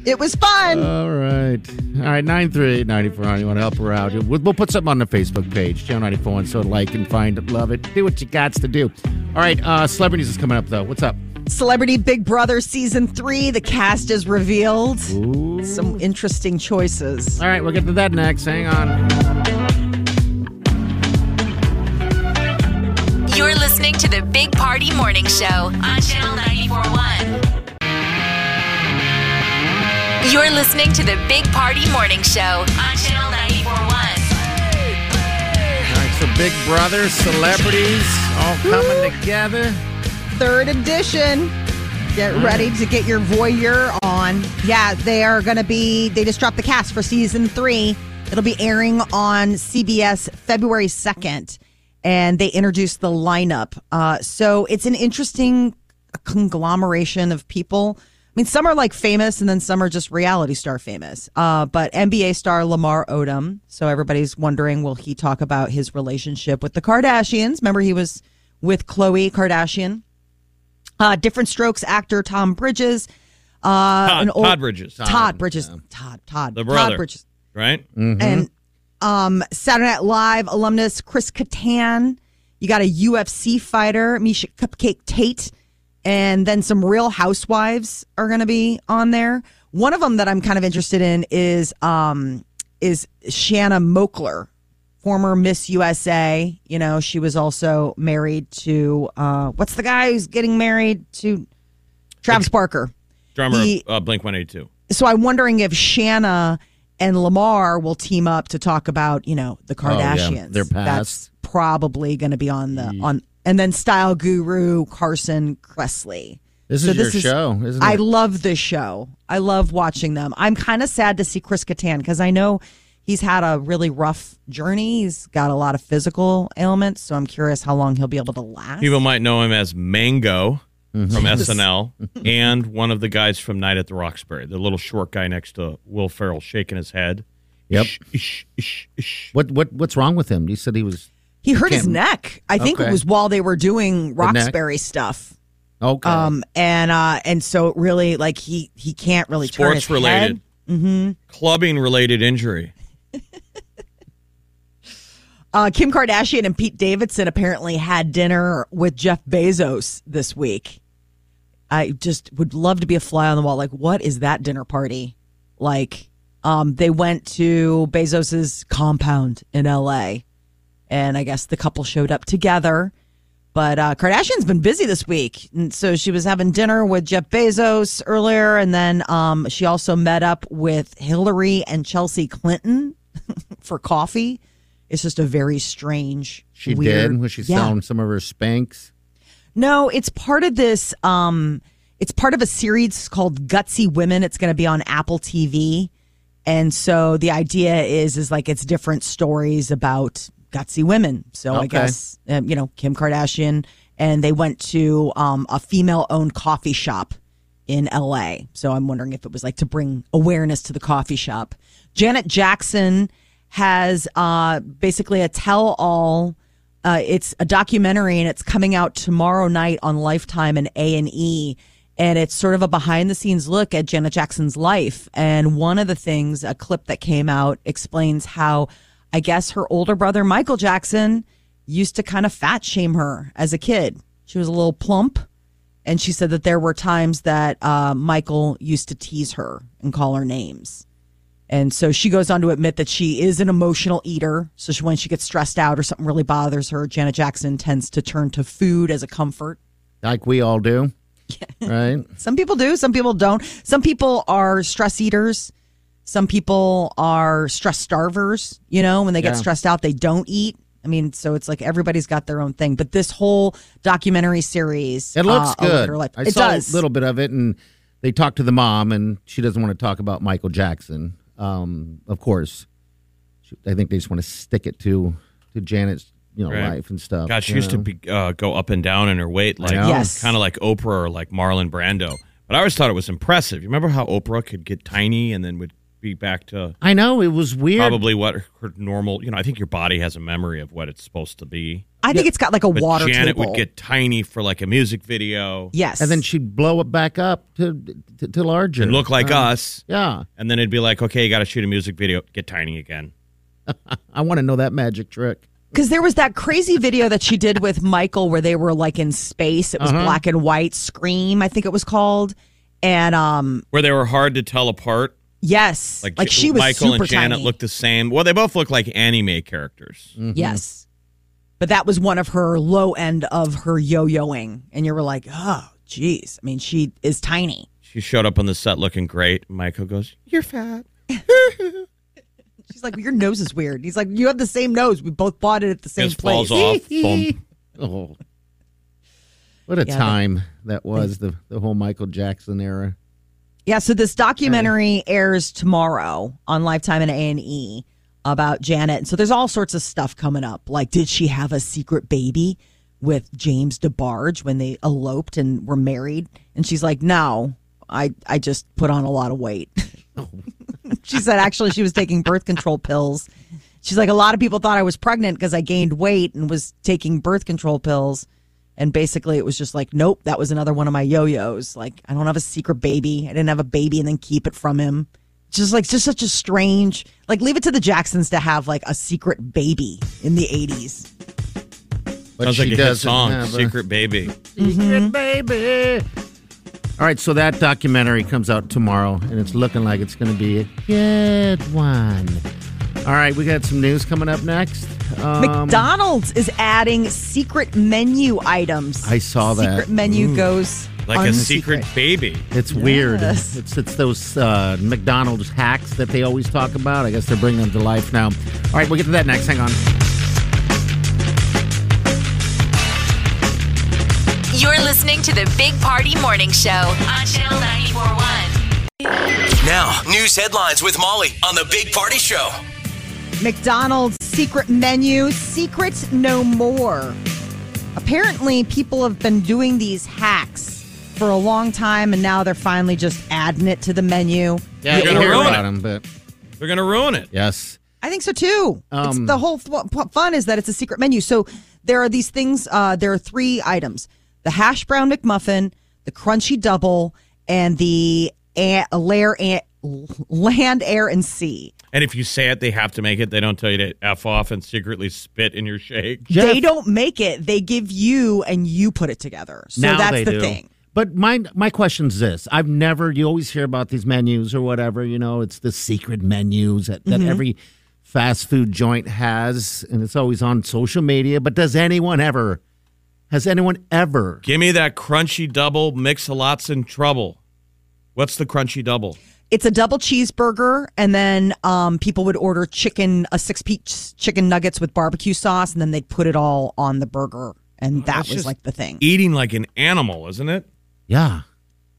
[SPEAKER 5] It was fun.
[SPEAKER 3] All right. All right, 938 9400. You want to help her out? We'll, we'll put something on the Facebook page, Channel 941. So like and find it, love it. Do what you got to do. All right, uh, celebrities is coming up, though. What's up?
[SPEAKER 5] Celebrity Big Brother season three. The cast is revealed. Some interesting choices.
[SPEAKER 3] All right, we'll get to that next. Hang on.
[SPEAKER 2] You're listening to the Big Party Morning Show on Channel 941. You're listening to the Big Party Morning Show on Channel 941.
[SPEAKER 3] All right, so Big Brother, celebrities all coming together.
[SPEAKER 5] third edition. Get ready to get your voyeur on. Yeah, they are going to be, they just dropped the cast for season three. It'll be airing on CBS February 2nd, and they introduced the lineup. Uh, so it's an interesting conglomeration of people. I mean, some are like famous, and then some are just reality star famous. Uh, but NBA star Lamar Odom. So everybody's wondering, will he talk about his relationship with the Kardashians? Remember, he was with Khloe Kardashian uh, different strokes actor Tom Bridges, uh,
[SPEAKER 4] Todd,
[SPEAKER 5] an old
[SPEAKER 4] Todd Bridges,
[SPEAKER 5] Todd, Bridges, Todd, Todd,
[SPEAKER 4] the
[SPEAKER 5] Todd
[SPEAKER 4] brother,
[SPEAKER 5] Bridges,
[SPEAKER 4] right?
[SPEAKER 5] and um, Saturday Night Live alumnus Chris Kattan. You got a UFC fighter Misha Cupcake Tate, and then some Real Housewives are going to be on there. One of them that I'm kind of interested in is um, is Shanna Mokler, former Miss USA. You know, she was also married to uh, what's the guy who's getting married to Travis Barker.
[SPEAKER 4] Drummer
[SPEAKER 5] He-
[SPEAKER 4] of uh, Blink One Eighty Two.
[SPEAKER 5] So I'm wondering if Shanna and Lamar will team up to talk about, you know, the
[SPEAKER 3] Oh, yeah,
[SPEAKER 5] Kardashians.
[SPEAKER 3] their past.
[SPEAKER 5] That's probably going to be on the on and then style guru Carson Kressley.
[SPEAKER 3] This
[SPEAKER 5] So
[SPEAKER 3] is your show, isn't
[SPEAKER 5] I
[SPEAKER 3] it?
[SPEAKER 5] love this show. I love watching them. I'm kind of sad to see Chris Kattan because I know he's had a really rough journey. He's got a lot of physical ailments, so I'm curious how long he'll be able to last.
[SPEAKER 4] People might know him as Mango
[SPEAKER 5] Mm-hmm. (laughs)
[SPEAKER 4] from SNL and one of the guys from Night at the Roxbury, the little short guy next to Will Ferrell shaking his head.
[SPEAKER 3] Yep.
[SPEAKER 4] Ish, ish, ish, ish.
[SPEAKER 3] What what what's wrong with him? You said he was
[SPEAKER 5] he hurt his
[SPEAKER 3] Can't-
[SPEAKER 5] neck. I think
[SPEAKER 3] Okay.
[SPEAKER 5] it was while they were doing
[SPEAKER 3] neck?
[SPEAKER 5] Roxbury stuff.
[SPEAKER 3] okay.
[SPEAKER 5] Um and uh and so it really like he he can't really turn his
[SPEAKER 4] Sports
[SPEAKER 5] head.
[SPEAKER 4] related,
[SPEAKER 5] Mm-hmm.
[SPEAKER 4] clubbing related injury.
[SPEAKER 5] Uh, Kim Kardashian and Pete Davidson apparently had dinner with Jeff Bezos this week. I just would love to be a fly on the wall. Like, what is that dinner party like? Um, they went to Bezos's compound in L.A. and I guess the couple showed up together. But uh, Kardashian's been busy this week, and so she was having dinner with Jeff Bezos earlier, and then um, she also met up with Hillary and Chelsea Clinton (laughs) for coffee. It's just a very strange.
[SPEAKER 3] she
[SPEAKER 5] weird,
[SPEAKER 3] did. Was she
[SPEAKER 5] Yeah.
[SPEAKER 3] selling some of her spanks?
[SPEAKER 5] No, it's part of this. Um, it's part of a series called Gutsy Women. It's going to be on Apple TV, and so the idea is is like it's different stories about gutsy women. So I
[SPEAKER 3] Okay.
[SPEAKER 5] guess um, you know Kim Kardashian, and they went to um, a female owned coffee shop in LA. So I'm wondering if it was like to bring awareness to the coffee shop. Janet Jackson has uh, basically a tell all. Uh, it's a documentary and it's coming out tomorrow night on Lifetime and A and E. And it's sort of a behind the scenes look at Janet Jackson's life. And one of the things, a clip that came out explains how I guess her older brother, Michael Jackson, used to kind of fat shame her as a kid. She was a little plump. And she said that there were times that uh, Michael used to tease her and call her names. And so she goes on to admit that she is an emotional eater. So she, when she gets stressed out or something really bothers her, Janet Jackson tends to turn to food as a comfort.
[SPEAKER 3] Like we
[SPEAKER 5] (laughs)
[SPEAKER 3] all do. Right?
[SPEAKER 5] Some people do, some people don't. Some people are stress eaters. Some people are stress starvers. You know, when they get
[SPEAKER 3] Yeah.
[SPEAKER 5] stressed out, they don't eat. I mean, so it's like everybody's got their own thing. But this whole documentary series,
[SPEAKER 3] It looks
[SPEAKER 5] uh, over
[SPEAKER 3] good.
[SPEAKER 5] her life-
[SPEAKER 3] I
[SPEAKER 5] it
[SPEAKER 3] saw
[SPEAKER 5] does.
[SPEAKER 3] a little bit of it, and they talked to the mom, and she doesn't want to talk about Michael Jackson. Um, of course, She- I think they just want to stick it to to Janet's you know
[SPEAKER 4] Right.
[SPEAKER 3] life and stuff.
[SPEAKER 4] God, she
[SPEAKER 3] you
[SPEAKER 4] used to
[SPEAKER 3] know?
[SPEAKER 4] be, uh, go up and down in her weight, like
[SPEAKER 3] know.
[SPEAKER 5] Oh, Yes.
[SPEAKER 4] kind of like Oprah or like Marlon Brando. But I always thought it was impressive. You remember how Oprah could get tiny and then would be back to
[SPEAKER 3] I know it was weird.
[SPEAKER 4] probably what her normal. You know, I think your body has a memory of what it's supposed to be.
[SPEAKER 5] I think it's got like a
[SPEAKER 4] But
[SPEAKER 5] water
[SPEAKER 4] Janet
[SPEAKER 5] table.
[SPEAKER 4] would get tiny for like a music video
[SPEAKER 5] yes,
[SPEAKER 3] and then she'd blow it back up to to, to larger
[SPEAKER 4] and look like
[SPEAKER 3] Uh,
[SPEAKER 5] Uh-huh.
[SPEAKER 4] us,
[SPEAKER 3] Yeah,
[SPEAKER 4] and then it'd be like, okay, you got to shoot a music video, get tiny again.
[SPEAKER 3] I want to know that magic trick.
[SPEAKER 5] because there was that crazy video that she did with Michael where they were like in space. It was
[SPEAKER 3] Uh-huh.
[SPEAKER 5] black and white. Scream, I think it was called. And um,
[SPEAKER 4] Where they were hard to tell apart.
[SPEAKER 5] yes, like,
[SPEAKER 4] Like,
[SPEAKER 5] she was
[SPEAKER 4] Michael
[SPEAKER 5] super
[SPEAKER 4] and Janet
[SPEAKER 5] tiny. Mm.
[SPEAKER 4] looked the same. Well, they both look like anime characters.
[SPEAKER 5] Yes, but that was one of her low end of her yo-yoing, and you were like, oh, geez. I mean, she is tiny.
[SPEAKER 4] She showed up on the set looking great. Michael goes, "You're fat."
[SPEAKER 5] She's like, your nose is weird. He's like, you have the same nose. We both bought it at the same
[SPEAKER 4] Just
[SPEAKER 5] place. (laughs)
[SPEAKER 4] falls off. Boom.
[SPEAKER 3] Oh. What a
[SPEAKER 5] Yeah,
[SPEAKER 3] time that was, the, the whole Michael Jackson era.
[SPEAKER 5] Yeah, so this documentary airs tomorrow on Lifetime and A&E about Janet. And so there's all sorts of stuff coming up. Like, did she have a secret baby with James DeBarge when they eloped and were married? And she's like, no, I, I just put on a lot of weight. she said, actually, she was taking birth control pills. She's like, a lot of people thought I was pregnant because I gained weight and was taking birth control pills. And basically, it was just like, nope, that was another one of my yo-yos. Like, I don't have a secret baby. I didn't have a baby and then keep it from him. Just like, just such a strange, like, leave it to the Jacksons to have like a secret baby in the 80s.
[SPEAKER 3] But
[SPEAKER 4] Sounds like a hit
[SPEAKER 3] doesn't
[SPEAKER 4] song,
[SPEAKER 3] have a-
[SPEAKER 4] Secret Baby.
[SPEAKER 3] Secret baby. Mm-hmm. All right, so that documentary comes out tomorrow, and it's looking like it's going to be a good one. All right, we got some news coming up next. Um,
[SPEAKER 5] McDonald's is adding secret menu items.
[SPEAKER 3] I saw that. Mm.
[SPEAKER 5] Secret menu goes
[SPEAKER 4] Like a secret,
[SPEAKER 5] unsecret.
[SPEAKER 4] baby.
[SPEAKER 3] It's weird.
[SPEAKER 5] Yes.
[SPEAKER 3] It's it's those uh, McDonald's hacks that they always talk about. I guess they're bringing them to life now. All right, we'll get to that next. Hang on.
[SPEAKER 2] You're listening to the Big Party Morning Show on Channel 941.
[SPEAKER 6] Now, news headlines with Molly on the Big Party Show.
[SPEAKER 5] McDonald's secret menu, secret no more. Apparently, people have been doing these hacks for a long time, and now they're finally just adding it to the menu.
[SPEAKER 3] Yeah,
[SPEAKER 4] You're gonna
[SPEAKER 3] hear
[SPEAKER 4] ruin
[SPEAKER 3] about
[SPEAKER 4] it.
[SPEAKER 3] them, but
[SPEAKER 4] They're gonna ruin it.
[SPEAKER 3] yes,
[SPEAKER 5] I think so too. it's
[SPEAKER 3] Um,
[SPEAKER 5] the whole f- f- fun is that it's a secret menu. So there are these things. Uh, there are three items: the hash brown McMuffin, the crunchy double, and the a- layer a- land, air, and sea.
[SPEAKER 4] And if you say it, they have to make it. They don't tell you to f off and secretly spit in your shake. (laughs)
[SPEAKER 5] They don't make it; they give you, and you put it together. So
[SPEAKER 3] now
[SPEAKER 5] that's
[SPEAKER 3] they
[SPEAKER 5] the
[SPEAKER 3] do.
[SPEAKER 5] thing.
[SPEAKER 3] But my my question's this: I've never. You always hear about these menus or whatever. You know, it's the secret menus that,
[SPEAKER 5] Mm-hmm.
[SPEAKER 3] that every fast food joint has, and it's always on social media. But does anyone ever? Has anyone ever?
[SPEAKER 4] Give me that crunchy double mix a lots in trouble. What's the crunchy double?
[SPEAKER 5] It's a double cheeseburger, and then um, people would order chicken, a six piece chicken nuggets with barbecue sauce, and then they'd put it all on the burger, and that
[SPEAKER 4] that's
[SPEAKER 5] was
[SPEAKER 4] just
[SPEAKER 5] like the thing.
[SPEAKER 4] Eating like an animal, isn't it?
[SPEAKER 3] Yeah.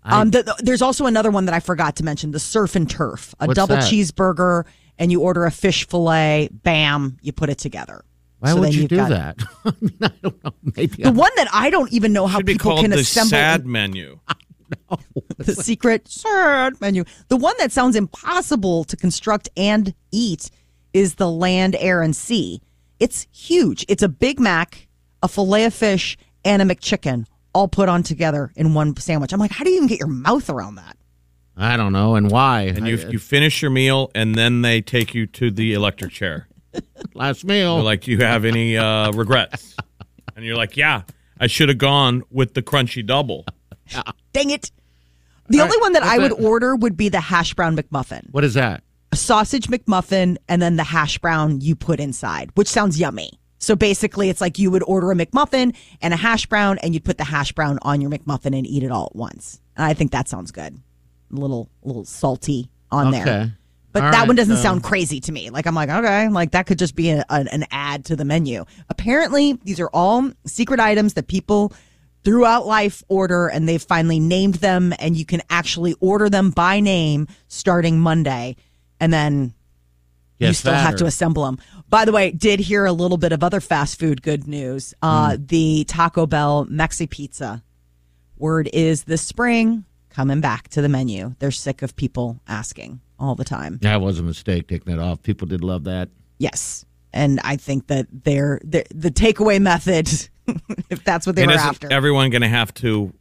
[SPEAKER 5] Um, the, the- there's also another one that I forgot to mention: the surf and turf, a
[SPEAKER 3] What's
[SPEAKER 5] double
[SPEAKER 3] that?
[SPEAKER 5] cheeseburger, and you order a fish fillet. Bam, you put it together.
[SPEAKER 3] Why
[SPEAKER 5] So
[SPEAKER 3] would
[SPEAKER 5] then
[SPEAKER 3] you
[SPEAKER 5] you've
[SPEAKER 3] do
[SPEAKER 5] got-
[SPEAKER 3] that? (laughs) I mean, I don't know. Maybe
[SPEAKER 5] The
[SPEAKER 3] I'm
[SPEAKER 5] one that I don't even know how
[SPEAKER 4] Should be
[SPEAKER 5] people
[SPEAKER 4] called
[SPEAKER 5] can
[SPEAKER 4] the
[SPEAKER 5] assemble
[SPEAKER 4] sad menu.
[SPEAKER 5] the secret sad menu. The one that sounds impossible to construct and eat is the land, air, and sea. It's huge. It's a Big Mac, a filet of fish, and a McChicken all put on together in one sandwich. I'm like, how do you even get your mouth around that?
[SPEAKER 3] I don't know, and why?
[SPEAKER 4] And you you finish your meal, and then they take you to the electric chair.
[SPEAKER 3] last meal.
[SPEAKER 4] They're like, "Do you have any uh, regrets?" And you're like, "Yeah, I should have gone with the crunchy double."
[SPEAKER 5] Dang it. The only
[SPEAKER 3] right,
[SPEAKER 5] one that I would
[SPEAKER 3] that's
[SPEAKER 5] order would be the hash brown McMuffin,
[SPEAKER 3] what is that?
[SPEAKER 5] a sausage McMuffin, and then the hash brown you put inside, which sounds yummy. So basically, it's like you would order a McMuffin and a hash brown, and you'd put the hash brown on your McMuffin and eat it all at once. And I think that sounds good. A little, little salty on
[SPEAKER 3] Okay.
[SPEAKER 5] there. But
[SPEAKER 3] All
[SPEAKER 5] that
[SPEAKER 3] right,
[SPEAKER 5] one doesn't
[SPEAKER 3] so-
[SPEAKER 5] sound crazy to me. Like, I'm like, okay, like that could just be a, an an add to the menu. Apparently, these are all secret items that people throughout life order, and they've finally named them, and you can actually order them by name starting Monday. And then you
[SPEAKER 3] Get
[SPEAKER 5] still have
[SPEAKER 3] fatter.
[SPEAKER 5] to assemble them. By the way, did hear a little bit of other fast food good news. Uh,
[SPEAKER 3] Hmm.
[SPEAKER 5] The Taco Bell Mexi Pizza. Word is this spring coming back to the menu. They're sick of people asking all the time.
[SPEAKER 3] That was a mistake taking it off. People did love that.
[SPEAKER 5] Yes, and I think that they're, they the takeaway method, (laughs) if that's what they
[SPEAKER 4] and
[SPEAKER 5] were
[SPEAKER 4] isn't
[SPEAKER 5] after.
[SPEAKER 4] everyone going to have to?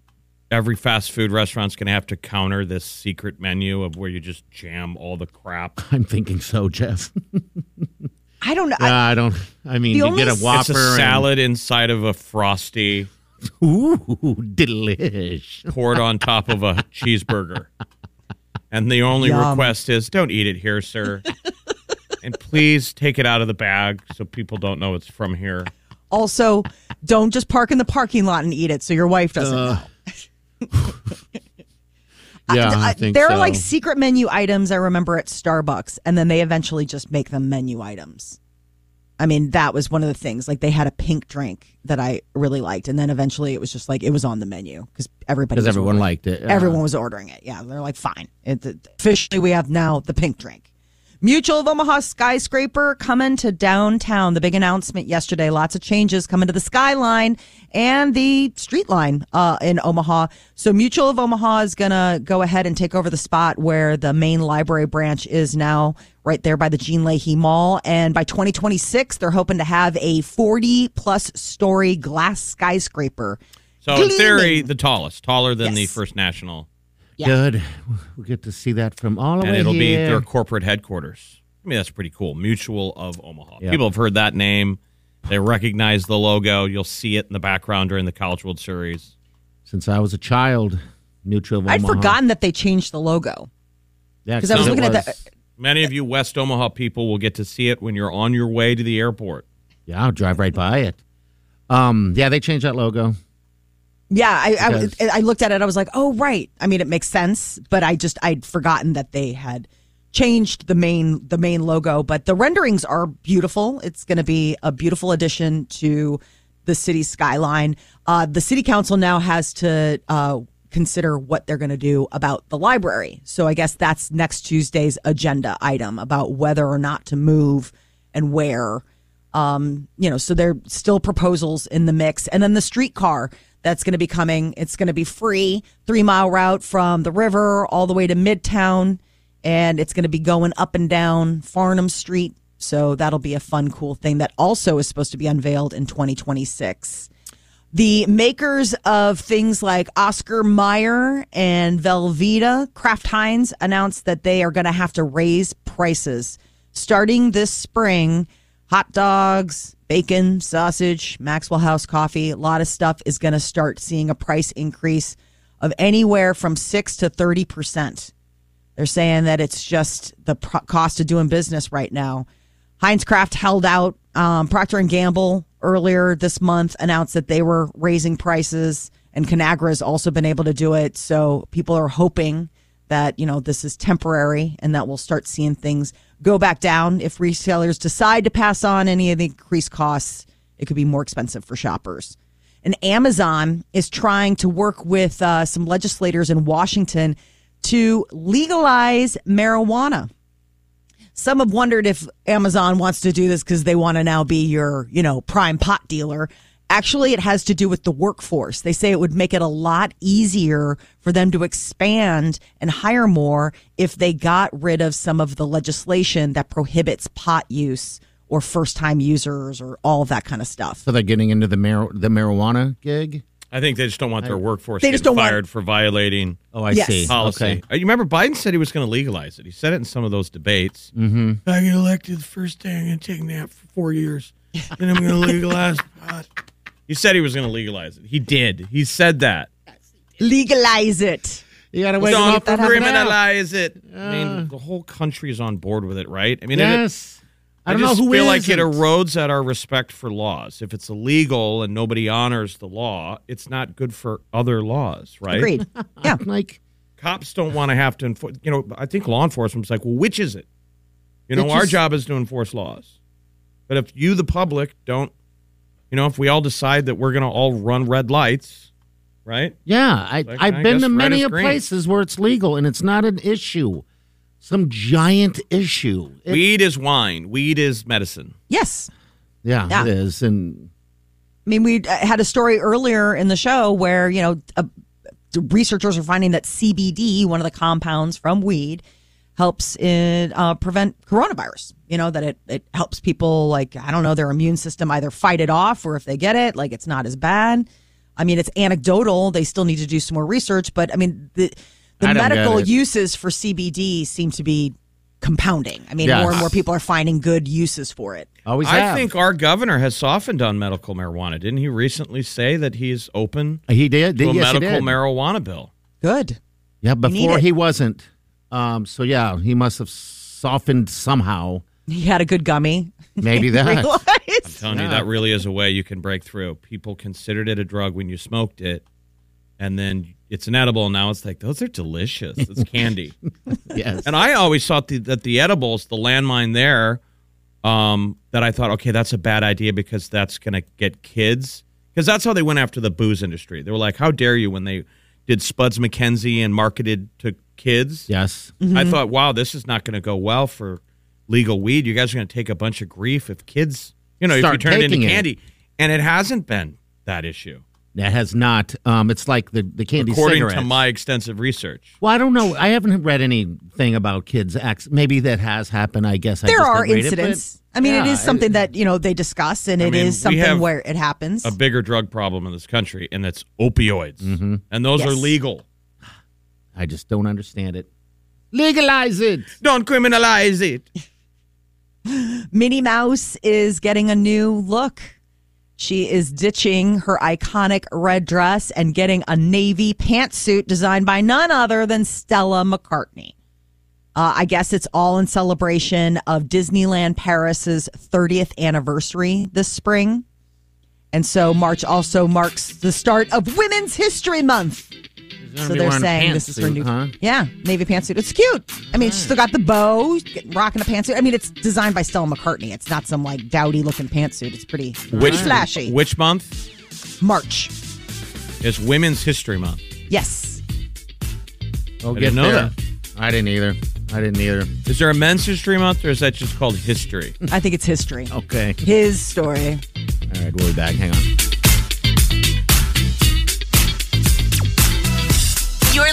[SPEAKER 4] Every fast food restaurant's going to have to counter this secret menu of where you just jam all the crap.
[SPEAKER 3] I'm thinking so, Jeff.
[SPEAKER 5] I don't know.
[SPEAKER 3] Uh, I, don't. I mean,
[SPEAKER 5] The
[SPEAKER 3] you
[SPEAKER 5] only
[SPEAKER 3] get a
[SPEAKER 5] s-
[SPEAKER 3] Whopper.
[SPEAKER 4] It's a salad inside of a frosty
[SPEAKER 3] And, ooh, (laughs) delish.
[SPEAKER 4] poured on
[SPEAKER 5] (laughs)
[SPEAKER 4] top of a cheeseburger. And the only
[SPEAKER 5] Yum.
[SPEAKER 4] request is don't eat it here, sir. and please take it out of the bag so people don't know it's from here.
[SPEAKER 5] Also, don't
[SPEAKER 3] Uh,
[SPEAKER 5] just park in the parking lot and eat it so your wife doesn't know.
[SPEAKER 3] Yeah,
[SPEAKER 5] Uh,
[SPEAKER 3] I think
[SPEAKER 5] there
[SPEAKER 3] so.
[SPEAKER 5] are like secret menu items I remember at Starbucks, and then they eventually just make them menu items. I mean, that was one of the things. Like they had a pink drink that I really liked, and then eventually it was just like it was on the menu because everybody
[SPEAKER 3] because
[SPEAKER 5] was
[SPEAKER 3] everyone
[SPEAKER 5] ordering-
[SPEAKER 3] liked it. Yeah.
[SPEAKER 5] everyone was ordering it. Yeah, they're like fine. It, it- officially, we have now the pink drink. Mutual of Omaha skyscraper coming to downtown. The big announcement yesterday. Lots of changes coming to the skyline and the street line uh, in Omaha. So Mutual of Omaha is gonna go ahead and take over the spot where the main library branch is now, right there by the Jean Leahy Mall. And by 2026, they're hoping to have a 40 plus story glass skyscraper.
[SPEAKER 4] So in
[SPEAKER 5] Gleaming.
[SPEAKER 4] theory, the tallest, taller than the
[SPEAKER 5] Yes.
[SPEAKER 4] First National,
[SPEAKER 3] Good. We'll get to see that from all the
[SPEAKER 4] and
[SPEAKER 3] way
[SPEAKER 4] it'll be
[SPEAKER 3] here.
[SPEAKER 4] their corporate headquarters. I mean, that's pretty cool. Mutual of Omaha.
[SPEAKER 3] Yeah.
[SPEAKER 4] People have heard that name. They recognize the logo. You'll see it in the background during the College World Series.
[SPEAKER 3] Since I was a child, Mutual of
[SPEAKER 5] I'd
[SPEAKER 3] Omaha.
[SPEAKER 5] forgotten that they changed the logo.
[SPEAKER 3] Yeah,
[SPEAKER 5] 'cause I was
[SPEAKER 3] it
[SPEAKER 5] looking at
[SPEAKER 3] was-
[SPEAKER 5] the-
[SPEAKER 4] Many of you West Omaha people will get to see it when you're on your way to the airport.
[SPEAKER 3] Yeah, I'll drive right by it. Um, yeah, they changed that logo.
[SPEAKER 5] Yeah, I, I was-
[SPEAKER 3] Because-
[SPEAKER 5] I looked at it. I was like, oh right. I mean, it makes sense, but I just I'd forgotten that they had changed the main the main logo. But the renderings are beautiful. It's going to be a beautiful addition to the city skyline. Uh, the city council now has to uh, consider what they're going to do about the library. So I guess that's next Tuesday's agenda item about whether or not to move and where. Um, you know, so there are still proposals in the mix. And then the streetcar that's going to be coming. It's going to be free, three mile route from the river all the way to Midtown. And it's going to be going up and down Farnham Street. So that'll be a fun, cool thing that also is supposed to be unveiled in 2026. The makers of things like Oscar Mayer and Velveeta, Kraft Heinz, announced that they are going to have to raise prices starting this spring. Hot dogs, bacon, sausage, Maxwell House coffee, a lot of stuff is going to start seeing a price increase of anywhere from 6 to 30%. They're saying that it's just the pro- cost of doing business right now. Heinz Kraft held out. Um, Procter and Gamble earlier this month announced that they were raising prices, and Conagra has also been able to do it. So people are hoping that you know this is temporary and that we'll start seeing things go back down if retailers decide to pass on any of the increased costs. It could be more expensive for shoppers. And Amazon is trying to work with uh, some legislators in Washington to legalize marijuana. Some have wondered if Amazon wants to do this because they want to now be your, you know, prime pot dealer. Actually, it has to do with the workforce. They say it would make it a lot easier for them to expand and hire more if they got rid of some of the legislation that prohibits pot use or first time users or all of that kind of stuff.
[SPEAKER 3] So they're getting into the mar- the marijuana gig.
[SPEAKER 4] I think they just don't want their workforce
[SPEAKER 5] They just
[SPEAKER 4] getting
[SPEAKER 5] don't want-
[SPEAKER 4] fired for violating
[SPEAKER 3] Oh, I
[SPEAKER 5] Yes.
[SPEAKER 3] see.
[SPEAKER 4] policy.
[SPEAKER 3] Okay.
[SPEAKER 4] Uh, You remember Biden said he was going to legalize it. He said it in some of those debates. Mm-hmm. If I get elected, the first day I'm going to take a nap for
[SPEAKER 3] (laughs)
[SPEAKER 4] four years, then I'm going to legalize pot. He said he was going to legalize it. He did. He said that.
[SPEAKER 5] Legalize it.
[SPEAKER 3] You gotta wake them
[SPEAKER 4] Don't
[SPEAKER 3] up from their nap.
[SPEAKER 4] criminalize it. I mean, the whole country is on board with it, right? I mean, and it-
[SPEAKER 3] Yes. I don't
[SPEAKER 4] just
[SPEAKER 3] know who
[SPEAKER 4] feel like
[SPEAKER 3] isn't.
[SPEAKER 4] it erodes at our respect for laws. If it's illegal and nobody honors the law, it's not good for other laws, right?
[SPEAKER 5] Agreed. Yeah.
[SPEAKER 3] Like
[SPEAKER 4] cops don't want to have to enforce. You know, I think law enforcement's like, well, which is it? You know,
[SPEAKER 3] It
[SPEAKER 4] our
[SPEAKER 3] just-
[SPEAKER 4] job is to enforce laws. But if you, the public, don't, you know, if we all decide that we're going to all run red lights, right?
[SPEAKER 3] Yeah, I,
[SPEAKER 4] Like, I
[SPEAKER 3] I've been
[SPEAKER 4] guess
[SPEAKER 3] to
[SPEAKER 4] red
[SPEAKER 3] many
[SPEAKER 4] is
[SPEAKER 3] a
[SPEAKER 4] green.
[SPEAKER 3] places where it's legal and it's not an issue. Some giant issue. It-
[SPEAKER 4] Weed is wine. Weed is medicine.
[SPEAKER 5] Yes.
[SPEAKER 3] yeah,
[SPEAKER 5] Yeah.
[SPEAKER 3] it is. And
[SPEAKER 5] I mean, we uh, had a story earlier in the show where, you know, uh, researchers are finding that CBD, one of the compounds from weed, helps in uh, prevent coronavirus. You know, that it, it helps people, like, I don't know, their immune system either fight it off or if they get it, like, it's not as bad. I mean, it's anecdotal. They still need to do some more research, but I mean, the,
[SPEAKER 3] I
[SPEAKER 5] the
[SPEAKER 3] don't get
[SPEAKER 5] medical
[SPEAKER 3] it.
[SPEAKER 5] uses for CBD seem to be compounding. I mean,
[SPEAKER 3] Yes.
[SPEAKER 5] more and more people are finding good uses for it.
[SPEAKER 3] always
[SPEAKER 4] I
[SPEAKER 3] have.
[SPEAKER 4] think our governor has softened on medical marijuana. Didn't he recently say that he's open
[SPEAKER 3] he did.
[SPEAKER 4] to a
[SPEAKER 3] did yes, he
[SPEAKER 4] medical
[SPEAKER 3] did.
[SPEAKER 4] marijuana bill?
[SPEAKER 5] Good.
[SPEAKER 3] yeah,
[SPEAKER 5] need
[SPEAKER 3] before
[SPEAKER 5] it.
[SPEAKER 3] he wasn't. Um, so yeah, he must have softened somehow.
[SPEAKER 5] He had a good (laughs) gummy.
[SPEAKER 3] Maybe that.
[SPEAKER 5] (laughs)
[SPEAKER 4] Telling you
[SPEAKER 3] Yeah.
[SPEAKER 4] that really is a way you can break through. People considered it a drug when you smoked it, and then it's an edible. And now it's like those are delicious. It's candy.
[SPEAKER 3] (laughs) Yes.
[SPEAKER 4] And I always thought the, that the edibles, the landmine there, um, that I thought, okay, that's a bad idea because that's going to get kids. Because that's how they went after the booze industry. They were like, how dare you when they did Spuds McKenzie and marketed to kids.
[SPEAKER 3] yes.
[SPEAKER 4] I thought, wow, this is not going to go well for legal weed. You guys are going to take a bunch of grief if kids, you know,
[SPEAKER 3] Start
[SPEAKER 4] if you turn it into
[SPEAKER 3] taking it.
[SPEAKER 4] candy. And it hasn't been that issue,
[SPEAKER 3] That has not. Um, it's like the the candy
[SPEAKER 4] according
[SPEAKER 3] cigarettes.
[SPEAKER 4] to my extensive research.
[SPEAKER 3] well, I don't know. I haven't read anything about kids. Acts. Maybe that has happened. I guess I
[SPEAKER 5] there
[SPEAKER 3] just
[SPEAKER 5] are
[SPEAKER 3] didn't read it, but
[SPEAKER 5] incidents. I mean, it
[SPEAKER 3] yeah,
[SPEAKER 5] is something that you know they discuss, and
[SPEAKER 4] I
[SPEAKER 5] it is
[SPEAKER 4] mean, we have
[SPEAKER 5] something where it happens.
[SPEAKER 4] A bigger drug problem in this country, and that's opioids.
[SPEAKER 3] Mm-hmm.
[SPEAKER 4] And those are
[SPEAKER 5] Yes.
[SPEAKER 4] legal.
[SPEAKER 3] I just don't understand it. Legalize it.
[SPEAKER 4] Don't criminalize it.
[SPEAKER 5] Minnie Mouse is getting a new look. She is ditching her iconic red dress and getting a navy pantsuit designed by none other than Stella McCartney. Uh, I guess it's all in celebration of Disneyland Paris's 30th anniversary this spring. And so March also marks the start of Women's History Month. So they're saying this is her new,
[SPEAKER 3] Huh?
[SPEAKER 5] yeah, navy pantsuit. It's cute. I mean, she's still got the bow, get- rocking a pantsuit. I mean, it's designed by Stella McCartney. It's not some like dowdy looking pantsuit. It's pretty, pretty flashy.
[SPEAKER 4] Which month
[SPEAKER 5] March,
[SPEAKER 4] is Women's History Month?
[SPEAKER 5] yes.
[SPEAKER 3] Oh,
[SPEAKER 4] didn't
[SPEAKER 3] get
[SPEAKER 4] know
[SPEAKER 3] there.
[SPEAKER 4] that.
[SPEAKER 3] I didn't either. I didn't either.
[SPEAKER 4] Is there a Men's History Month, or is that just
[SPEAKER 3] (laughs)
[SPEAKER 4] called history?
[SPEAKER 5] I think it's history.
[SPEAKER 4] Oh.
[SPEAKER 3] Okay.
[SPEAKER 5] His story.
[SPEAKER 3] All right, we'll be back. Hang on.
[SPEAKER 2] You're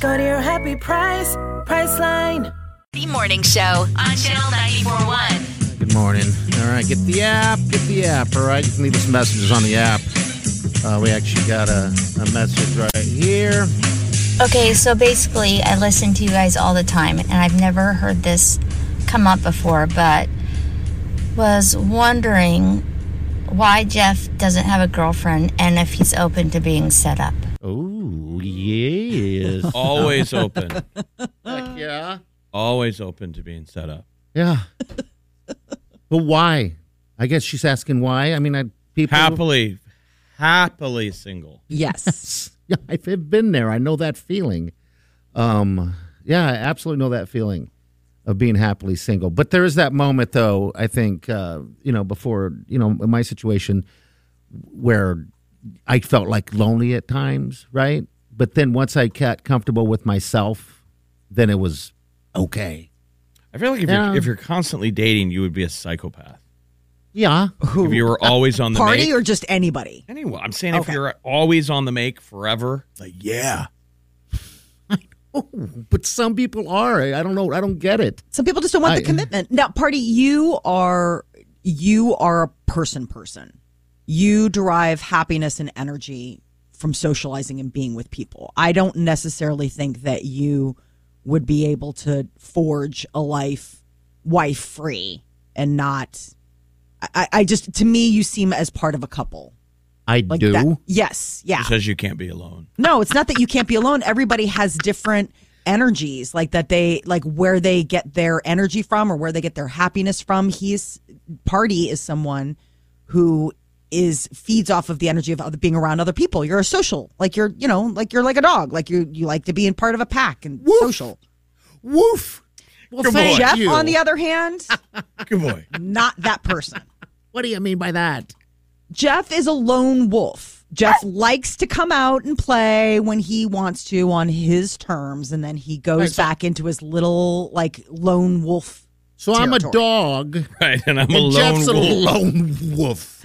[SPEAKER 11] Go to your happy price, Priceline.
[SPEAKER 2] The Morning Show on Channel 941.
[SPEAKER 3] Good morning. All right, get the app, get the app. All right, you can leave us messages on the app. Uh, we actually got a, a message right here.
[SPEAKER 12] Okay, so basically, I listen to you guys all the time, and I've never heard this come up before, but was wondering why Jeff doesn't have a girlfriend and if he's open to being set up.
[SPEAKER 3] Oh
[SPEAKER 5] (laughs)
[SPEAKER 3] yes,
[SPEAKER 4] Always open.
[SPEAKER 3] Heck yeah,
[SPEAKER 4] Always open to being set up.
[SPEAKER 3] yeah. but why? I guess she's asking why. I mean, I people.
[SPEAKER 4] Happily, happily single. (laughs)
[SPEAKER 5] Yes.
[SPEAKER 3] (laughs) Yeah, I've been there. I know that feeling. Um, yeah, I absolutely know that feeling of being happily single. But there is that moment, though. I think uh, you know before you know in my situation where I felt like lonely at times, right? But then once I got comfortable with myself, then it was okay.
[SPEAKER 4] I feel like if,
[SPEAKER 3] Yeah.
[SPEAKER 4] you're, if you're constantly dating, you would be a psychopath.
[SPEAKER 3] Yeah,
[SPEAKER 4] If you were always on the
[SPEAKER 5] Party
[SPEAKER 4] make.
[SPEAKER 5] or just anybody?
[SPEAKER 4] anyway, I'm saying
[SPEAKER 5] Okay.
[SPEAKER 4] if you're always on the make forever,
[SPEAKER 3] like (laughs) yeah. Oh, but some people are. I I don't know. I don't get it.
[SPEAKER 5] Some people just don't want
[SPEAKER 3] I-
[SPEAKER 5] the commitment. Now, party, you are you are a person person. You derive happiness and energy from socializing and being with people. I don't necessarily think that you would be able to forge a life wife free and not I- I, I just to me you seem as part of a couple.
[SPEAKER 3] I
[SPEAKER 5] Like
[SPEAKER 3] do.
[SPEAKER 5] that. Yes. Yeah.
[SPEAKER 4] it says you can't be alone.
[SPEAKER 5] No, it's not that you can't be alone. Everybody has different energies, like that they like where they get their energy from or where they get their happiness from. He's party is someone who is feeds off of the energy of other, being around other people. You're a social, like you're you know like you're like a dog, like you you like to be in part of a pack and social.
[SPEAKER 3] Woof. Well,
[SPEAKER 4] Good
[SPEAKER 3] thank
[SPEAKER 4] boy.
[SPEAKER 5] Jeff,
[SPEAKER 3] you.
[SPEAKER 5] on the other hand,
[SPEAKER 4] Good boy.
[SPEAKER 5] not that person.
[SPEAKER 3] What do you mean by that?
[SPEAKER 5] Jeff is a lone wolf. Jeff likes to come out and play when he wants to on his terms, and then he goes
[SPEAKER 3] Right, so-
[SPEAKER 5] back into his little like lone wolf.
[SPEAKER 3] So I'm a
[SPEAKER 5] territory.
[SPEAKER 3] dog.
[SPEAKER 4] (laughs) Right, and I'm a
[SPEAKER 3] and Jeff's
[SPEAKER 4] lone
[SPEAKER 3] a
[SPEAKER 4] wolf.
[SPEAKER 3] lone wolf.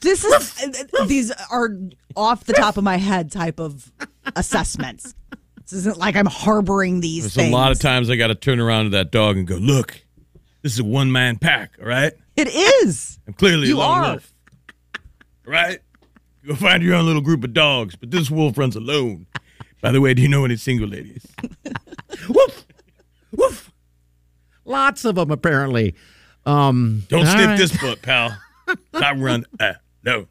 [SPEAKER 5] This is these are off the top of my head type of assessments. This isn't like I'm harboring these
[SPEAKER 4] There's
[SPEAKER 5] things.
[SPEAKER 4] a lot of times I got to turn around to that dog and go, look, this is a one man pack, all right?
[SPEAKER 5] it is.
[SPEAKER 4] I'm clearly
[SPEAKER 5] You
[SPEAKER 4] a lone
[SPEAKER 5] are.
[SPEAKER 4] wolf, all right? You go find your own little group of dogs, but this wolf runs alone. By the way, do you know any single
[SPEAKER 5] (laughs)
[SPEAKER 4] ladies?
[SPEAKER 3] Woof, woof. Lots of them apparently. Um, all
[SPEAKER 4] Don't sniff
[SPEAKER 3] right.
[SPEAKER 4] this foot,
[SPEAKER 3] (laughs)
[SPEAKER 4] pal. I run uh, alone.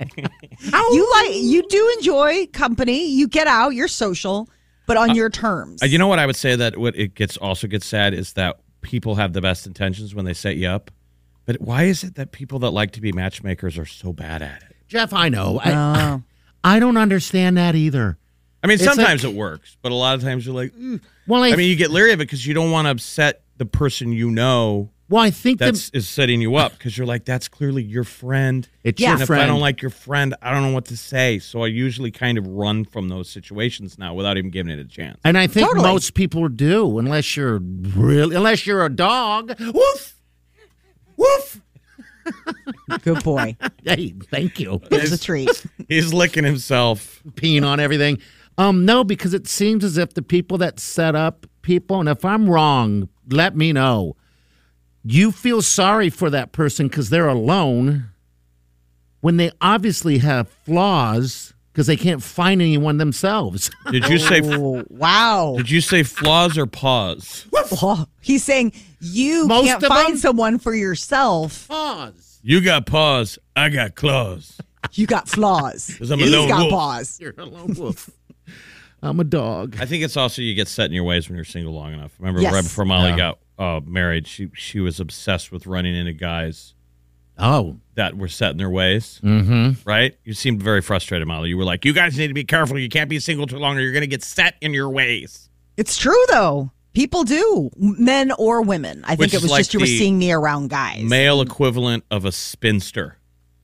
[SPEAKER 5] You like you do enjoy company. You get out. You're social, but on your terms.
[SPEAKER 4] Uh, You know what I would say that what it gets also gets sad is that people have the best intentions when they set you up, but why is it that people that like to be matchmakers are so bad at it?
[SPEAKER 3] Jeff, I know.
[SPEAKER 5] Oh.
[SPEAKER 3] I, I don't understand that either.
[SPEAKER 4] I mean,
[SPEAKER 3] It's
[SPEAKER 4] sometimes
[SPEAKER 3] like-
[SPEAKER 4] it works, but a lot of times you're like, "Mm."
[SPEAKER 3] Well, I,
[SPEAKER 4] I mean, you get leery of it because you don't want to upset the person you know
[SPEAKER 3] well, I think
[SPEAKER 4] that's
[SPEAKER 3] that's
[SPEAKER 4] is setting you up because you're like, that's clearly your friend.
[SPEAKER 3] it's
[SPEAKER 4] and
[SPEAKER 3] your
[SPEAKER 4] if
[SPEAKER 3] friend.
[SPEAKER 4] I don't like your friend, I don't know what to say. So I usually kind of run from those situations now without even giving it a chance.
[SPEAKER 3] and I think
[SPEAKER 5] Totally.
[SPEAKER 3] most people do, unless you're really, unless you're a dog. Woof, woof.
[SPEAKER 5] Good boy.
[SPEAKER 3] Hey, thank you.
[SPEAKER 5] Here's a treat.
[SPEAKER 4] He's licking himself.
[SPEAKER 3] peeing on everything. Um, no, because it seems as if the people that set up people, and if I'm wrong, let me know. You feel sorry for that person because they're alone when they obviously have flaws because they can't find anyone themselves. (laughs)
[SPEAKER 4] Did you say?
[SPEAKER 5] Oh, wow.
[SPEAKER 4] Did you say flaws or paws?
[SPEAKER 5] Oh, he's saying you
[SPEAKER 3] Most
[SPEAKER 5] can't
[SPEAKER 3] of
[SPEAKER 5] find
[SPEAKER 3] them?
[SPEAKER 5] someone for yourself.
[SPEAKER 3] Flaws.
[SPEAKER 4] You got paws. I got claws.
[SPEAKER 5] You got flaws.
[SPEAKER 4] 'Cause I'm a
[SPEAKER 5] He's
[SPEAKER 4] lone
[SPEAKER 5] got
[SPEAKER 4] wolf.
[SPEAKER 5] paws.
[SPEAKER 3] You're a lone wolf. I'm a dog.
[SPEAKER 4] I think it's also you get set in your ways when you're single long enough. Remember
[SPEAKER 5] Yes.
[SPEAKER 4] right before Molly
[SPEAKER 3] Yeah.
[SPEAKER 4] got uh, married, she she was obsessed with running into guys
[SPEAKER 3] Oh,
[SPEAKER 4] that were set in their ways.
[SPEAKER 3] mm-hmm.
[SPEAKER 4] Right? You seemed very frustrated, Molly. You were like, "You guys need to be careful. You can't be single too long, or you're going to get set in your ways."
[SPEAKER 5] It's true though. People do, men or women. I
[SPEAKER 4] Which
[SPEAKER 5] think it
[SPEAKER 4] is
[SPEAKER 5] was
[SPEAKER 4] like
[SPEAKER 5] just you were
[SPEAKER 4] the
[SPEAKER 5] seeing me around guys.
[SPEAKER 4] Male equivalent of a spinster.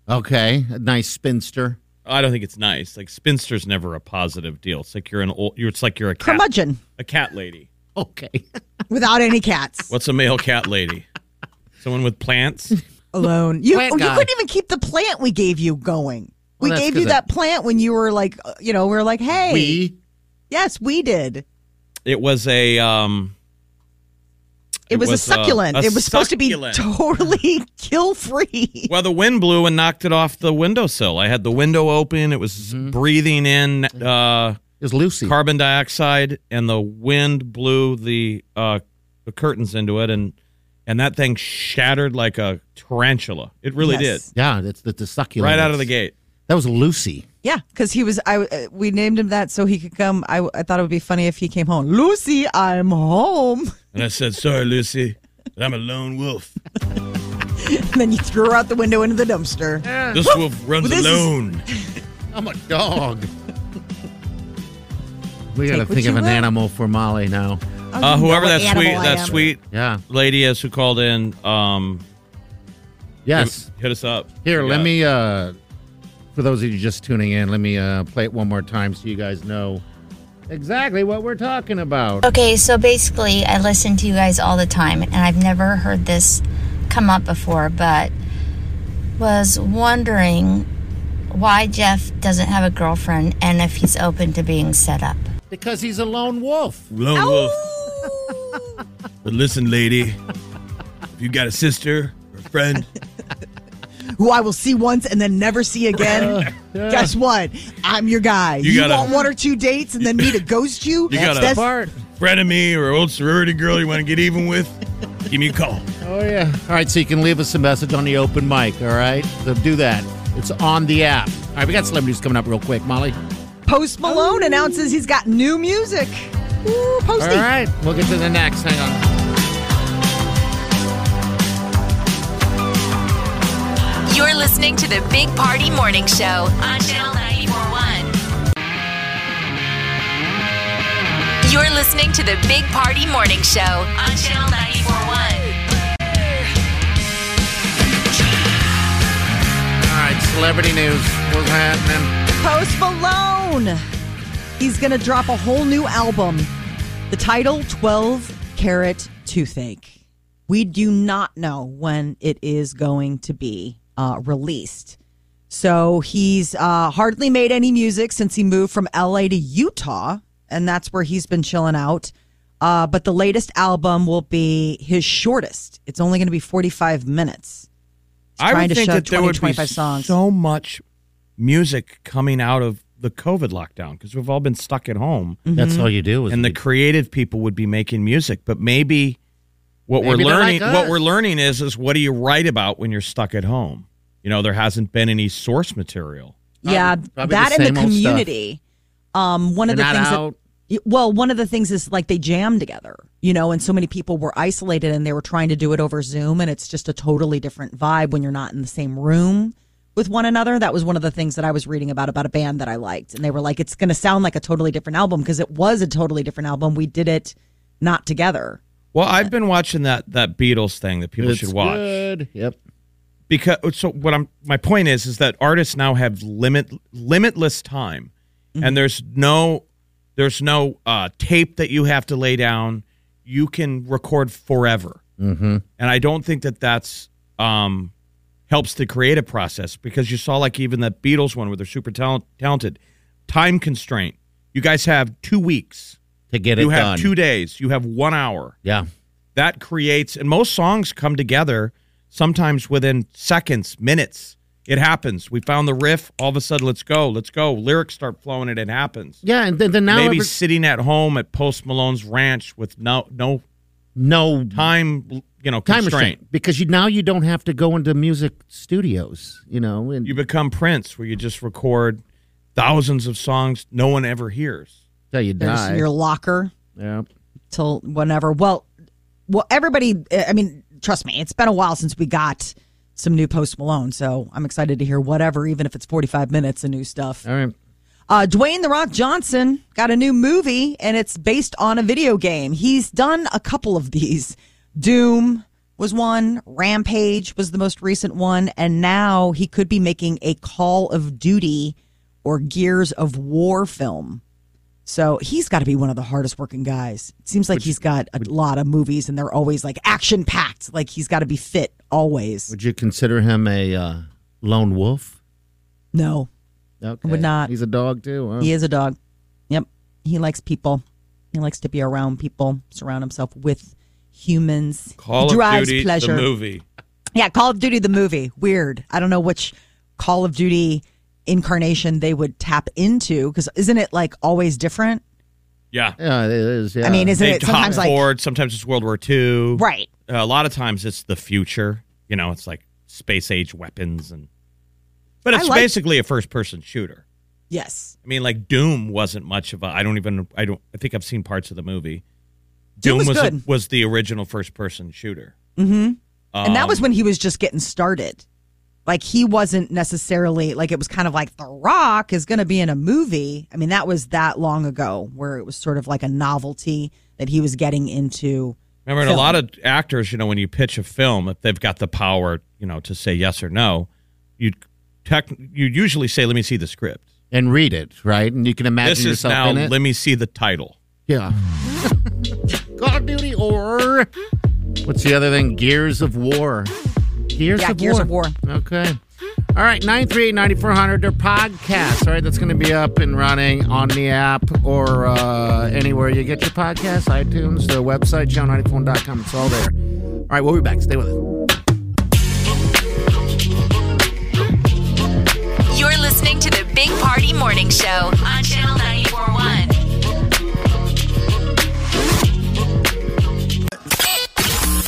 [SPEAKER 3] Okay, a nice spinster.
[SPEAKER 4] I don't think it's nice. Like spinster's never a positive deal. It's like you're an old. You're, it's like you're a cat,
[SPEAKER 5] Curmudgeon
[SPEAKER 4] a cat lady.
[SPEAKER 3] Okay,
[SPEAKER 5] without any cats
[SPEAKER 4] What's a male cat lady? Someone
[SPEAKER 5] (laughs)
[SPEAKER 4] with plants.
[SPEAKER 5] alone. You,
[SPEAKER 3] Plant
[SPEAKER 5] oh, you
[SPEAKER 3] guy.
[SPEAKER 5] couldn't even keep the plant we gave you going.
[SPEAKER 3] Well,
[SPEAKER 5] we
[SPEAKER 3] that's
[SPEAKER 5] gave you
[SPEAKER 3] 'cause I-
[SPEAKER 5] that plant when you were like, uh, you know, we were like, hey,
[SPEAKER 3] we
[SPEAKER 5] yes, we did.
[SPEAKER 4] It was a um.
[SPEAKER 5] It, was, a succulent.
[SPEAKER 4] uh, a
[SPEAKER 5] it was supposed
[SPEAKER 4] succulent.
[SPEAKER 5] to be totally (laughs) kill free.
[SPEAKER 4] Well, the wind blew and knocked it off the windowsill. I had the window open. It was
[SPEAKER 5] Mm-hmm.
[SPEAKER 4] breathing in uh,
[SPEAKER 3] is Lucy.
[SPEAKER 4] carbon dioxide, and the wind blew the uh, the curtains into it, and and that thing shattered like a tarantula. It really
[SPEAKER 5] Yes.
[SPEAKER 3] yeah, that's the, the
[SPEAKER 4] did,
[SPEAKER 3] succulent.
[SPEAKER 4] right out of the gate.
[SPEAKER 3] That was Lucy.
[SPEAKER 5] Yeah, because he was. I uh, we named him that so he could come. I, I thought it would be funny if he came home. Lucy, I'm home. (laughs)
[SPEAKER 4] And I said, "Sorry, Lucy, but I'm a lone wolf.
[SPEAKER 5] And then you threw her out the window into the dumpster.
[SPEAKER 4] This wolf runs
[SPEAKER 5] This is- (laughs)
[SPEAKER 4] alone."
[SPEAKER 3] I'm a dog. we got
[SPEAKER 5] Take
[SPEAKER 3] to
[SPEAKER 5] what
[SPEAKER 3] think of
[SPEAKER 5] you
[SPEAKER 3] an
[SPEAKER 5] will.
[SPEAKER 3] animal for Molly now.
[SPEAKER 4] Uh, whoever that sweet that
[SPEAKER 5] am.
[SPEAKER 4] sweet
[SPEAKER 3] Yeah.
[SPEAKER 4] lady is who called in, um,
[SPEAKER 3] Yes.
[SPEAKER 4] hit us up.
[SPEAKER 3] Here,
[SPEAKER 4] We
[SPEAKER 3] let
[SPEAKER 4] got-
[SPEAKER 3] me. uh For those of you just tuning in, let me uh play it one more time so you guys know exactly what we're talking about.
[SPEAKER 13] Okay, so basically, I listen to you guys all the time, and I've never heard this come up before, but was wondering why Jeff doesn't have a girlfriend and if he's open to being set up.
[SPEAKER 3] Because he's a lone wolf.
[SPEAKER 4] Lone wolf. but listen, lady, if you got a sister or a friend,
[SPEAKER 5] Who I will see once and then never see again.
[SPEAKER 4] (laughs)
[SPEAKER 5] Guess what? I'm your guy. You,
[SPEAKER 4] gotta-
[SPEAKER 5] want one or two dates and then me to ghost you?
[SPEAKER 4] You gotta-
[SPEAKER 5] That's-
[SPEAKER 3] Bart.
[SPEAKER 4] friend of me, or old sorority girl you want to get even with, give me a call.
[SPEAKER 3] Oh yeah. All right, so you can leave us a message on the open mic. All right, so do that. It's on the app. All right, we got celebrities coming up real quick, Molly.
[SPEAKER 5] Post Malone announces he's got new music. Ooh,
[SPEAKER 3] All
[SPEAKER 5] Posty.
[SPEAKER 3] right, we'll get to the next. Hang on.
[SPEAKER 2] You're listening to the Big Party Morning Show on Channel 941. You're listening to the Big Party Morning Show on Channel 941.
[SPEAKER 3] celebrity news. What's happening?
[SPEAKER 5] Post Malone. He's going to drop a whole new album. The title 12 Carat Toothache. We do not know when it is going to be uh, released. So he's uh, hardly made any music since he moved from LA to Utah, and that's where he's been chilling out. Uh, but the latest album will be his shortest. It's only going to be 45 minutes. He's
[SPEAKER 4] I
[SPEAKER 5] trying
[SPEAKER 4] would
[SPEAKER 5] to
[SPEAKER 4] think
[SPEAKER 5] shove
[SPEAKER 4] that there
[SPEAKER 5] 20,
[SPEAKER 4] would be
[SPEAKER 5] 25 songs.
[SPEAKER 4] so much music coming out of the COVID lockdown because we've all been stuck at home.
[SPEAKER 5] Mm-hmm.
[SPEAKER 3] That's Mhm. all you do. Is
[SPEAKER 4] and the creative people would be making music, but maybe what
[SPEAKER 3] Maybe
[SPEAKER 4] we're
[SPEAKER 3] they're
[SPEAKER 4] learning,
[SPEAKER 3] like
[SPEAKER 4] what
[SPEAKER 3] us.
[SPEAKER 4] we're learning is, is what do you write about when you're stuck at home? You know, there hasn't been any source material.
[SPEAKER 5] Yeah,
[SPEAKER 3] probably
[SPEAKER 5] that in
[SPEAKER 3] the same
[SPEAKER 5] the
[SPEAKER 3] old stuff.
[SPEAKER 5] community. Um, one of
[SPEAKER 3] They're
[SPEAKER 5] the
[SPEAKER 3] not
[SPEAKER 5] things
[SPEAKER 3] out.
[SPEAKER 5] that well, one of the things is like they jam together, you know, and so many people were isolated and they were trying to do it over Zoom, and it's just a totally different vibe when you're not in the same room with one another. That was one of the things that I was reading about about a band that I liked, and they were like, "It's going to sound like a totally different album because it was a totally different album. We did it not together."
[SPEAKER 4] Well, I've been watching that that Beatles thing that people
[SPEAKER 3] It's
[SPEAKER 4] should watch.
[SPEAKER 3] Good. Yep.
[SPEAKER 4] because so what I'm my point is is that artists now have limit limitless time, and there's no there's no uh, tape that you have to lay down. You can record forever,
[SPEAKER 3] Mm-hmm.
[SPEAKER 4] and I don't think that that's um, helps the creative process because you saw like even the Beatles one where they're super talent, talented, time constraint. You guys have two weeks
[SPEAKER 3] To get
[SPEAKER 4] You
[SPEAKER 3] it
[SPEAKER 4] have
[SPEAKER 3] done.
[SPEAKER 4] two days. You have one hour
[SPEAKER 3] Yeah.
[SPEAKER 4] that creates and most songs come together sometimes within seconds minutes it happens we found the riff all of a sudden let's go let's go lyrics start flowing and it happens
[SPEAKER 3] Yeah, and then, then now
[SPEAKER 4] maybe
[SPEAKER 3] every-
[SPEAKER 4] sitting at home at post malone's ranch with no no
[SPEAKER 3] no
[SPEAKER 4] time you know
[SPEAKER 3] time
[SPEAKER 4] constraint
[SPEAKER 3] restraint because you now you don't have to go into music studios. You know, and
[SPEAKER 4] you become prince where you just record thousands of songs no one ever hears
[SPEAKER 3] till you
[SPEAKER 5] There's
[SPEAKER 3] die.
[SPEAKER 5] your locker.
[SPEAKER 3] yeah.
[SPEAKER 5] till whenever. Well, well, everybody. eh, I mean, trust me, it's been a while since we got some new Post Malone, so I'm excited to hear whatever, even if it's 45 minutes of new stuff.
[SPEAKER 3] All right.
[SPEAKER 5] Uh, Dwayne the Rock Johnson got a new movie, and it's based on a video game. He's done a couple of these. Doom was one. Rampage was the most recent one, and now he could be making a Call of Duty or Gears of War film. So he's got to be one of the hardest working guys. It seems like he's got a lot of movies, and they're always like action packed. Like he's got to be fit always.
[SPEAKER 3] Would you consider him a uh, lone wolf?
[SPEAKER 5] no,
[SPEAKER 3] Okay.
[SPEAKER 5] would not.
[SPEAKER 3] He's a dog too. Huh?
[SPEAKER 5] He
[SPEAKER 4] Um,
[SPEAKER 5] is a dog. Yep. He likes people. He likes to be around people, surround himself with humans. he
[SPEAKER 4] call of
[SPEAKER 5] derives
[SPEAKER 4] duty
[SPEAKER 5] pleasure.
[SPEAKER 4] the movie
[SPEAKER 5] Yeah, Call of Duty the movie. Weird. I don't know which Call of Duty incarnation they would tap into because isn't it like always different?
[SPEAKER 4] yeah
[SPEAKER 3] Yeah, it is. Yeah.
[SPEAKER 5] I mean, isn't
[SPEAKER 4] they
[SPEAKER 5] it sometimes
[SPEAKER 4] hop
[SPEAKER 5] like
[SPEAKER 4] forward sometimes it's world war ii
[SPEAKER 5] right?
[SPEAKER 4] uh, a lot of times it's the future. You know, it's like space age weapons and but
[SPEAKER 5] I
[SPEAKER 4] it's
[SPEAKER 5] like-
[SPEAKER 4] basically a first person shooter.
[SPEAKER 5] Yes.
[SPEAKER 4] I mean, like Doom wasn't much of a I don't even I don't I think I've seen parts of the movie.
[SPEAKER 5] Doom was
[SPEAKER 4] was a-
[SPEAKER 5] good.
[SPEAKER 4] was the original first person shooter.
[SPEAKER 5] Mm-hmm. and that
[SPEAKER 4] Um,
[SPEAKER 5] was when he was just getting started. Like he wasn't necessarily like it was kind of like The Rock is going to be in a movie. I mean, that was that long ago where it was sort of like a novelty that he was getting into.
[SPEAKER 4] Remember, and a
[SPEAKER 5] film.
[SPEAKER 4] lot of actors, you know, when you pitch a film, if they've got the power, you know, to say yes or no, you tech, you usually say, "Let me see the script."
[SPEAKER 3] and read it right, and you can imagine
[SPEAKER 4] this is
[SPEAKER 3] yourself
[SPEAKER 4] now.
[SPEAKER 3] in it.
[SPEAKER 4] Let me see the title.
[SPEAKER 3] yeah. Call of Duty or what's the other thing? Gears of War. Gears
[SPEAKER 5] yeah,
[SPEAKER 3] of
[SPEAKER 5] Gears
[SPEAKER 3] War.
[SPEAKER 5] of War.
[SPEAKER 3] Okay. All right, 938-9400, their podcast. All right, that's going to be up and running on the app or uh, anywhere you get your podcasts, iTunes, their website, show94.com. It's all there. All right, we'll be back. Stay with us.
[SPEAKER 2] You're listening to the Big Party Morning Show on Channel 941.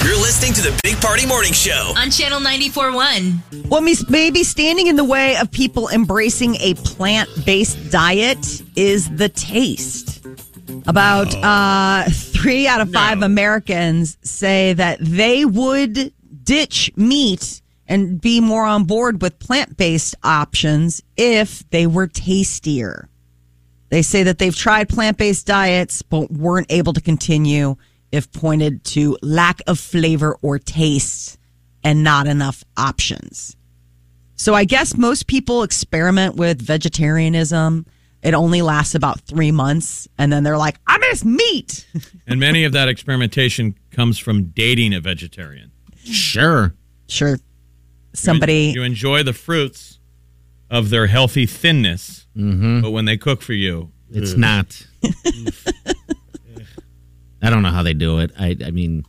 [SPEAKER 6] You're listening to the Big Party Morning Show.
[SPEAKER 2] On Channel 941.
[SPEAKER 5] What mis- may be standing in the way of people embracing a plant based diet is the taste. About uh, three out of five Americans say that they would ditch meat and be more on board with plant based options if they were tastier. They say that they've tried plant based diets but weren't able to continue if pointed to lack of flavor or taste and not enough options. So I guess most people experiment with vegetarianism. It only lasts about three months, and then they're like, "I miss meat." (laughs)
[SPEAKER 4] And many of that experimentation comes from dating a vegetarian.
[SPEAKER 3] Sure.
[SPEAKER 5] Sure. Somebody.
[SPEAKER 4] You enjoy the fruits of their healthy thinness,
[SPEAKER 3] Mhm.
[SPEAKER 4] but when they cook for you,
[SPEAKER 3] It's not. I don't know how they do it. I I mean,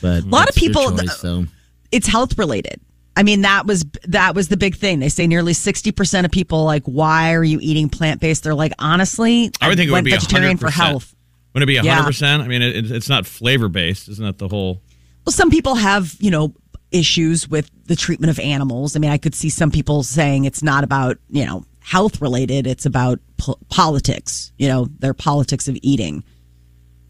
[SPEAKER 3] but
[SPEAKER 5] A lot of
[SPEAKER 3] it's your
[SPEAKER 5] people-
[SPEAKER 3] choice, so.
[SPEAKER 5] it's health related. I mean, that was that was the big thing. They say nearly sixty percent of people like, "Why are you eating plant based?" They're like, "Honestly,
[SPEAKER 4] I would think it
[SPEAKER 5] went
[SPEAKER 4] would be
[SPEAKER 5] vegetarian
[SPEAKER 4] 100%.
[SPEAKER 5] for health."
[SPEAKER 4] Wouldn't it be
[SPEAKER 5] Yeah.
[SPEAKER 4] 100%? I mean, it, it's not flavor based. Isn't that the whole.
[SPEAKER 5] Well, some people have, you know, issues with the treatment of animals. I mean, I could see some people saying it's not about, you know, health related, it's about po- politics, you know, their politics of eating.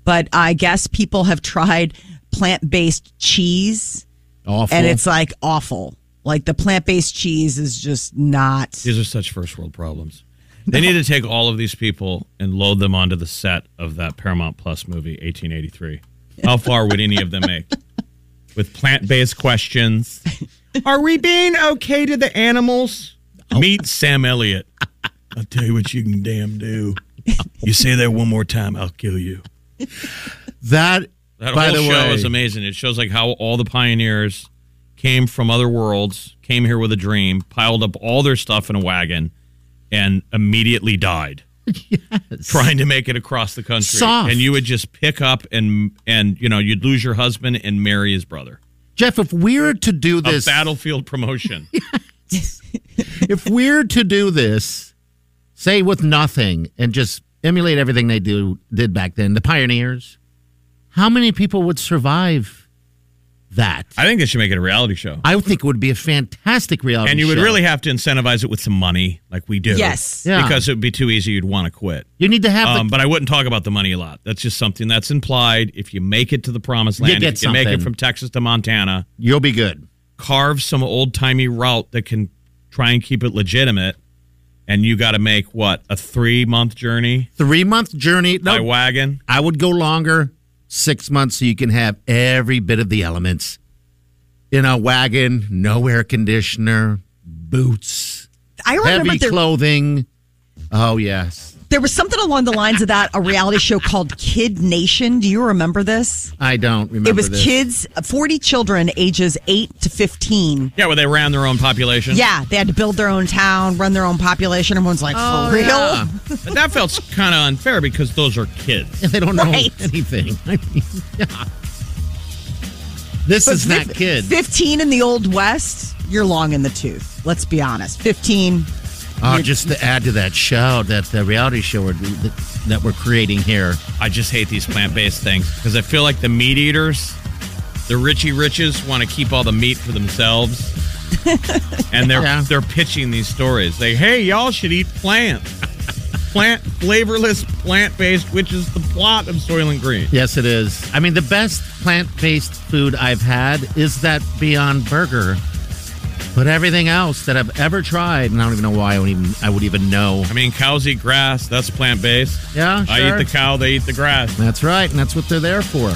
[SPEAKER 5] But I guess people have tried plant based cheese.
[SPEAKER 3] Awful.
[SPEAKER 5] And it's like awful. Like the plant based cheese is just not.
[SPEAKER 4] These are such first world problems. They need to take all of these people and load them onto the set of that Paramount Plus movie, 1883. How far would any of them make? With plant based questions. Are we being okay to the animals? Meet Sam Elliott. I'll tell you what you can damn do. You say that one more time, I'll kill you.
[SPEAKER 3] That,
[SPEAKER 4] That
[SPEAKER 3] by
[SPEAKER 4] whole
[SPEAKER 3] the
[SPEAKER 4] show
[SPEAKER 3] way,
[SPEAKER 4] is amazing. It shows like how all the pioneers came from other worlds, came here with a dream, piled up all their stuff in a wagon, and
[SPEAKER 3] (laughs)
[SPEAKER 4] immediately died trying to make it across the country.
[SPEAKER 3] Soft.
[SPEAKER 4] And you would just pick up and and you know you'd lose your husband and marry his brother.
[SPEAKER 3] Jeff, if we're to do
[SPEAKER 4] A
[SPEAKER 3] this,
[SPEAKER 4] battlefield promotion.
[SPEAKER 3] (laughs) if we're to do this, say with nothing and just emulate everything they do did back then, the pioneers, how many people would survive that?
[SPEAKER 4] I think they should make it a reality show.
[SPEAKER 3] I think it would be a fantastic reality.
[SPEAKER 4] And you would
[SPEAKER 3] show.
[SPEAKER 4] really have to incentivize it with some money, like we do.
[SPEAKER 5] Yes.
[SPEAKER 3] Yeah.
[SPEAKER 4] Because it would be too easy. You'd want to quit.
[SPEAKER 3] You need to have the-
[SPEAKER 4] Um, but I wouldn't talk about the money a lot. That's just something that's implied. If you make it to the promised
[SPEAKER 3] You
[SPEAKER 4] land,
[SPEAKER 3] get
[SPEAKER 4] if you make it
[SPEAKER 3] something.
[SPEAKER 4] from Texas to Montana,
[SPEAKER 3] You'll be good.
[SPEAKER 4] carve some old timey route that can try and keep it legitimate. And you got to make what a three month journey
[SPEAKER 3] Three month journey.
[SPEAKER 4] by
[SPEAKER 3] No,
[SPEAKER 4] wagon.
[SPEAKER 3] I would go longer, six months, so you can have every bit of the elements in a wagon, no air conditioner, boots,
[SPEAKER 5] I remember
[SPEAKER 3] heavy
[SPEAKER 5] there,
[SPEAKER 3] clothing. Oh yes,
[SPEAKER 5] there was something along the lines of that, a reality show called Kid Nation. Do you remember this?
[SPEAKER 3] I don't remember.
[SPEAKER 5] it was
[SPEAKER 3] this.
[SPEAKER 5] kids, 40 children ages 8 to 15
[SPEAKER 4] Yeah, where they ran their own population.
[SPEAKER 5] Yeah, they had to build their own town, run their own population. Everyone's like, for real?
[SPEAKER 4] Yeah. but that felt kind of unfair because those are kids.
[SPEAKER 3] They don't
[SPEAKER 5] Right.
[SPEAKER 3] know anything. (laughs) I mean, yeah.
[SPEAKER 5] (laughs)
[SPEAKER 3] This
[SPEAKER 5] But
[SPEAKER 3] is not
[SPEAKER 5] fif-
[SPEAKER 3] kid.
[SPEAKER 5] 15 in the Old West, you're long in the tooth. Let's be honest. 15.
[SPEAKER 3] Oh, just to add to that show, that the reality show we're, that we're creating here.
[SPEAKER 4] I just hate these plant based things because I feel like the meat eaters, the Richie Riches, want to keep all the meat
[SPEAKER 3] (laughs)
[SPEAKER 4] for themselves. and they're
[SPEAKER 3] Yeah.
[SPEAKER 4] they're pitching these stories. They hey, y'all should eat plants. (laughs) Plant flavorless, plant based, which is the plot of Soylent Green.
[SPEAKER 3] Yes, it is. I mean, the best plant based food I've had is that Beyond Burger. But everything else that I've ever tried, and I don't even know why I would even, I would even know.
[SPEAKER 4] I mean, cows eat grass. That's plant based.
[SPEAKER 3] Yeah,
[SPEAKER 4] I
[SPEAKER 3] sure.
[SPEAKER 4] eat the cow. They eat the grass.
[SPEAKER 3] That's right, and that's what they're there for.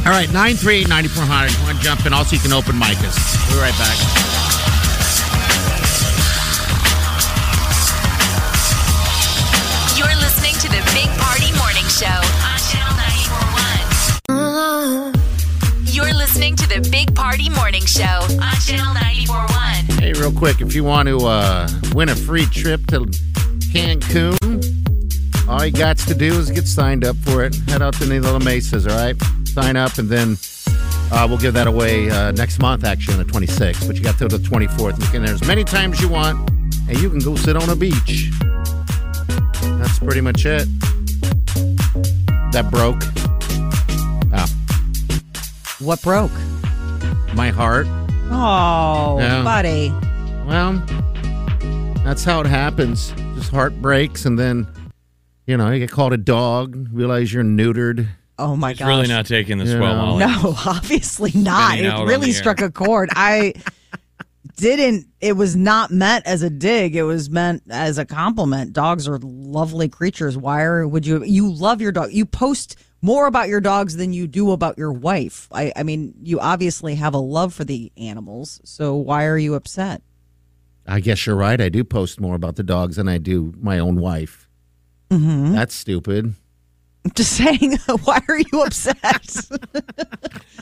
[SPEAKER 3] All right, 938 9400. Come on, jump in. Also, you can open mic us. We'll be right back.
[SPEAKER 2] You're listening to the Big Party Morning Show on Channel 941. You're listening to the Big Party Morning Show on Channel 941.
[SPEAKER 3] Hey, real quick, if you want to uh, win a free trip to Cancun, all you got to do is get signed up for it. Head out to the Little Mesas, all right? Sign up, and then uh, we'll give that away uh, next month, actually, on the 26th. But you got till the 24th. You can there as many times you want, and you can go sit on a beach. That's pretty much it. That broke. Ah,
[SPEAKER 5] What broke?
[SPEAKER 3] my heart.
[SPEAKER 5] Oh,
[SPEAKER 3] Yeah.
[SPEAKER 5] buddy.
[SPEAKER 3] Well, that's how it happens. Just heart breaks, and then, you know, you get called a dog, realize you're neutered.
[SPEAKER 5] Oh, my
[SPEAKER 4] It's
[SPEAKER 5] gosh.
[SPEAKER 4] really not taking this
[SPEAKER 3] Yeah.
[SPEAKER 4] well, Molly.
[SPEAKER 5] No, (laughs) obviously not.
[SPEAKER 4] Spinning out
[SPEAKER 5] It
[SPEAKER 4] on
[SPEAKER 5] really
[SPEAKER 4] the air.
[SPEAKER 5] struck a chord. I (laughs) didn't, it was not meant as a dig. It was meant as a compliment. Dogs are lovely creatures. Why are, would you, you love your dog. You post more about your dogs than you do about your wife. I, I mean, you obviously have a love for the animals, so why are you upset? (laughs)
[SPEAKER 3] I guess you're right. I do post more about the dogs than I do my own wife.
[SPEAKER 5] Mm-hmm.
[SPEAKER 3] That's stupid.
[SPEAKER 5] I'm just saying, (laughs) why are you upset? (laughs)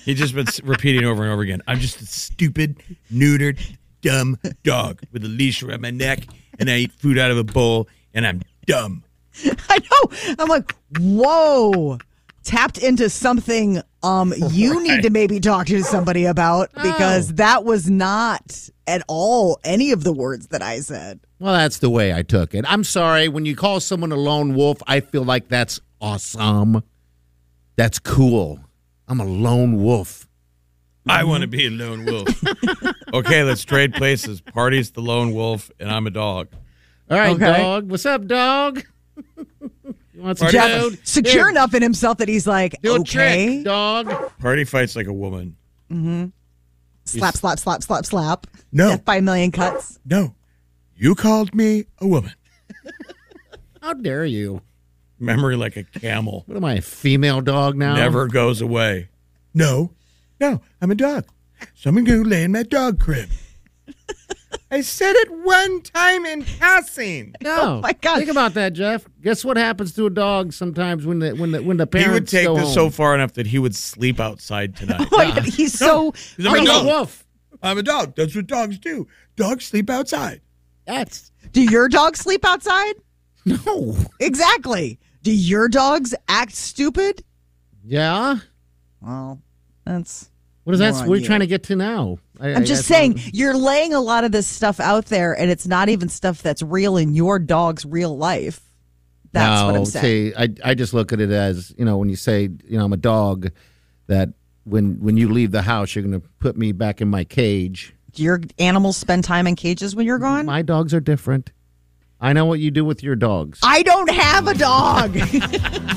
[SPEAKER 4] He's just been s- repeating over and over again. I'm just a stupid, neutered, dumb dog with a leash around my neck, and I eat food out of a bowl, and I'm dumb.
[SPEAKER 5] (laughs) I know. I'm like, whoa. Tapped into something
[SPEAKER 3] (laughs)
[SPEAKER 5] um you need to maybe talk to somebody about
[SPEAKER 3] Oh.
[SPEAKER 5] because that was not at all any of the words that I said.
[SPEAKER 3] Well, that's the way I took it. I'm sorry. When you call someone a lone wolf, I feel like that's awesome. That's cool. I'm a lone wolf.
[SPEAKER 4] I want to be a lone wolf. okay, let's trade places. Party's the lone wolf, and I'm a dog.
[SPEAKER 3] All right,
[SPEAKER 5] Okay.
[SPEAKER 3] dog. What's up, dog? (laughs) you want some
[SPEAKER 4] Party-
[SPEAKER 3] food?
[SPEAKER 4] Dude,
[SPEAKER 5] Secure
[SPEAKER 3] Uh, dude.
[SPEAKER 5] enough in himself that he's like,
[SPEAKER 3] Do a
[SPEAKER 5] okay.
[SPEAKER 3] trick, dog.
[SPEAKER 4] Party fights like a woman.
[SPEAKER 5] Mm-hmm. Slap, slap, slap, slap, slap.
[SPEAKER 4] No.
[SPEAKER 5] Death by a million
[SPEAKER 3] (laughs)
[SPEAKER 5] cuts.
[SPEAKER 4] No, you called me a woman.
[SPEAKER 3] How dare you?
[SPEAKER 4] Memory like a camel
[SPEAKER 3] What am I, a female dog now?
[SPEAKER 4] never goes away. No, no, I'm a dog. So I'm gonna go lay in my dog
[SPEAKER 3] (laughs)
[SPEAKER 4] crib. I said it one time in passing.
[SPEAKER 3] (laughs) No.
[SPEAKER 5] (laughs) Oh, my God.
[SPEAKER 3] Think about that, Jeff. Guess what happens to a dog sometimes when the when the when the parents
[SPEAKER 4] He would take
[SPEAKER 3] go
[SPEAKER 4] this
[SPEAKER 3] home?
[SPEAKER 4] so far enough that he would sleep outside tonight.
[SPEAKER 5] Like, he's so.
[SPEAKER 4] He's like,
[SPEAKER 3] I'm
[SPEAKER 4] "No,
[SPEAKER 3] a wolf.
[SPEAKER 4] (laughs) I'm a dog. That's what dogs do. Dogs sleep outside.
[SPEAKER 3] That's
[SPEAKER 5] Do your dogs sleep outside?
[SPEAKER 3] no.
[SPEAKER 5] Exactly. Do your dogs act stupid?
[SPEAKER 3] Yeah.
[SPEAKER 5] Well, that's.
[SPEAKER 3] What is that?
[SPEAKER 5] More
[SPEAKER 3] What
[SPEAKER 5] on
[SPEAKER 3] are you
[SPEAKER 5] you.
[SPEAKER 3] trying to get to now? I, (laughs)
[SPEAKER 5] I'm just saying, you're laying a lot of this stuff out there, and it's not even stuff that's real in your dog's real life. That's what I'm saying.
[SPEAKER 3] See, I I just look at it as you know when you say you know I'm a dog, that when when you leave the house you're going to put me back in my cage.
[SPEAKER 5] Do your animals spend time in cages when you're gone?
[SPEAKER 3] My dogs are different. I know what you do with your dogs.
[SPEAKER 5] I don't have a dog. (laughs)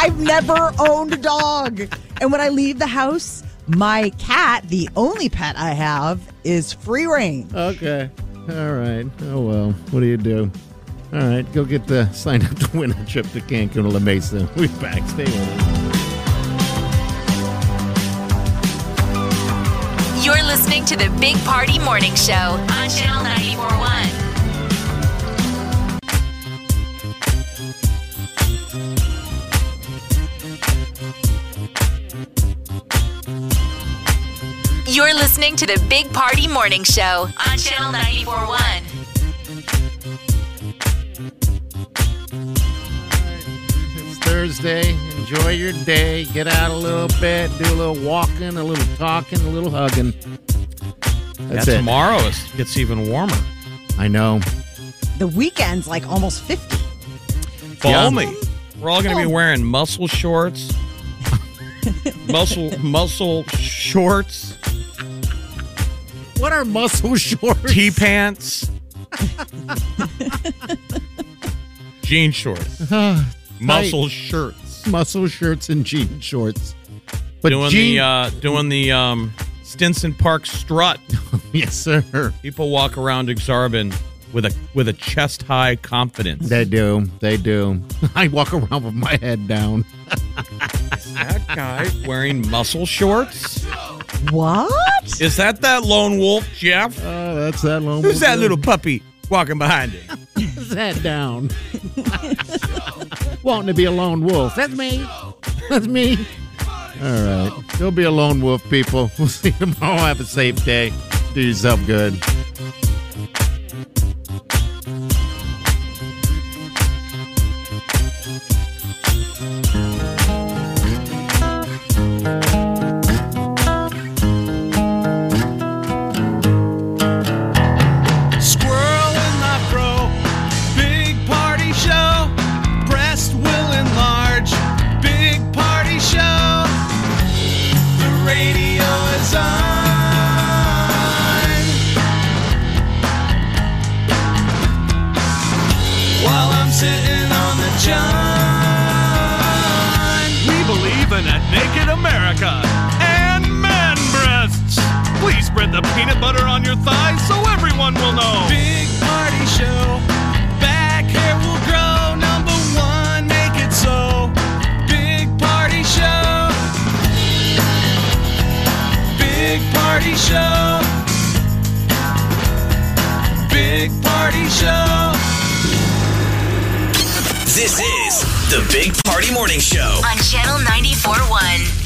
[SPEAKER 5] I've never owned a dog. And when I leave the house, my cat, the only pet I have, is free range.
[SPEAKER 3] Okay. All right. Oh well. What do you do? All right. Go get the sign up to win a trip to Cancun or La Mesa. (laughs) We back. Stay with us.
[SPEAKER 2] You're listening to the Big Party Morning Show on Channel 941. You're listening to the Big Party Morning Show on Channel 941.
[SPEAKER 3] It's Thursday. Enjoy your day. Get out a little bit. Do a little walking, a little talking, a little hugging. That's
[SPEAKER 4] yeah,
[SPEAKER 3] it.
[SPEAKER 4] tomorrow is, gets even warmer.
[SPEAKER 3] I know.
[SPEAKER 5] The weekend's like almost 50.
[SPEAKER 4] Balmy. We're all going
[SPEAKER 3] Oh.
[SPEAKER 4] to be wearing
[SPEAKER 3] (laughs)
[SPEAKER 4] muscle shorts. muscle muscle shorts,
[SPEAKER 3] What are muscle (laughs) shorts? (laughs)
[SPEAKER 4] tee pants, jean shorts,
[SPEAKER 3] (sighs)
[SPEAKER 4] muscle shirts.
[SPEAKER 3] muscle shirts and jean shorts. But
[SPEAKER 4] Doing
[SPEAKER 3] jean-
[SPEAKER 4] the uh, doing the um, Stinson Park strut.
[SPEAKER 3] (laughs) yes, sir.
[SPEAKER 4] People walk around Exarban with a with a chest high confidence.
[SPEAKER 3] They do. They do. (laughs) I walk around with my head down.
[SPEAKER 4] that guy wearing muscle shorts?
[SPEAKER 5] What?
[SPEAKER 4] Is that that lone wolf, Jeff?
[SPEAKER 3] Oh, that's that lone.
[SPEAKER 4] Who's that little puppy walking behind him?
[SPEAKER 3] His head down? Wanting to be a lone wolf. That's me. That's me. All right. Go be a lone wolf, people. We'll see you tomorrow. Have a safe day. Do yourself good.
[SPEAKER 1] Squirrel in my fro. Big party show. Breast will enlarge. Big party show. The radio is on. While I'm sitting on the john. We believe in a naked America and man breasts. Please spread the peanut butter on your thighs so everyone will know. Big party show. Back hair will grow. Number one, make it so. Big party. Show. Big Party Show.
[SPEAKER 6] This is the Big Party Morning Show.
[SPEAKER 2] on Channel 94.1.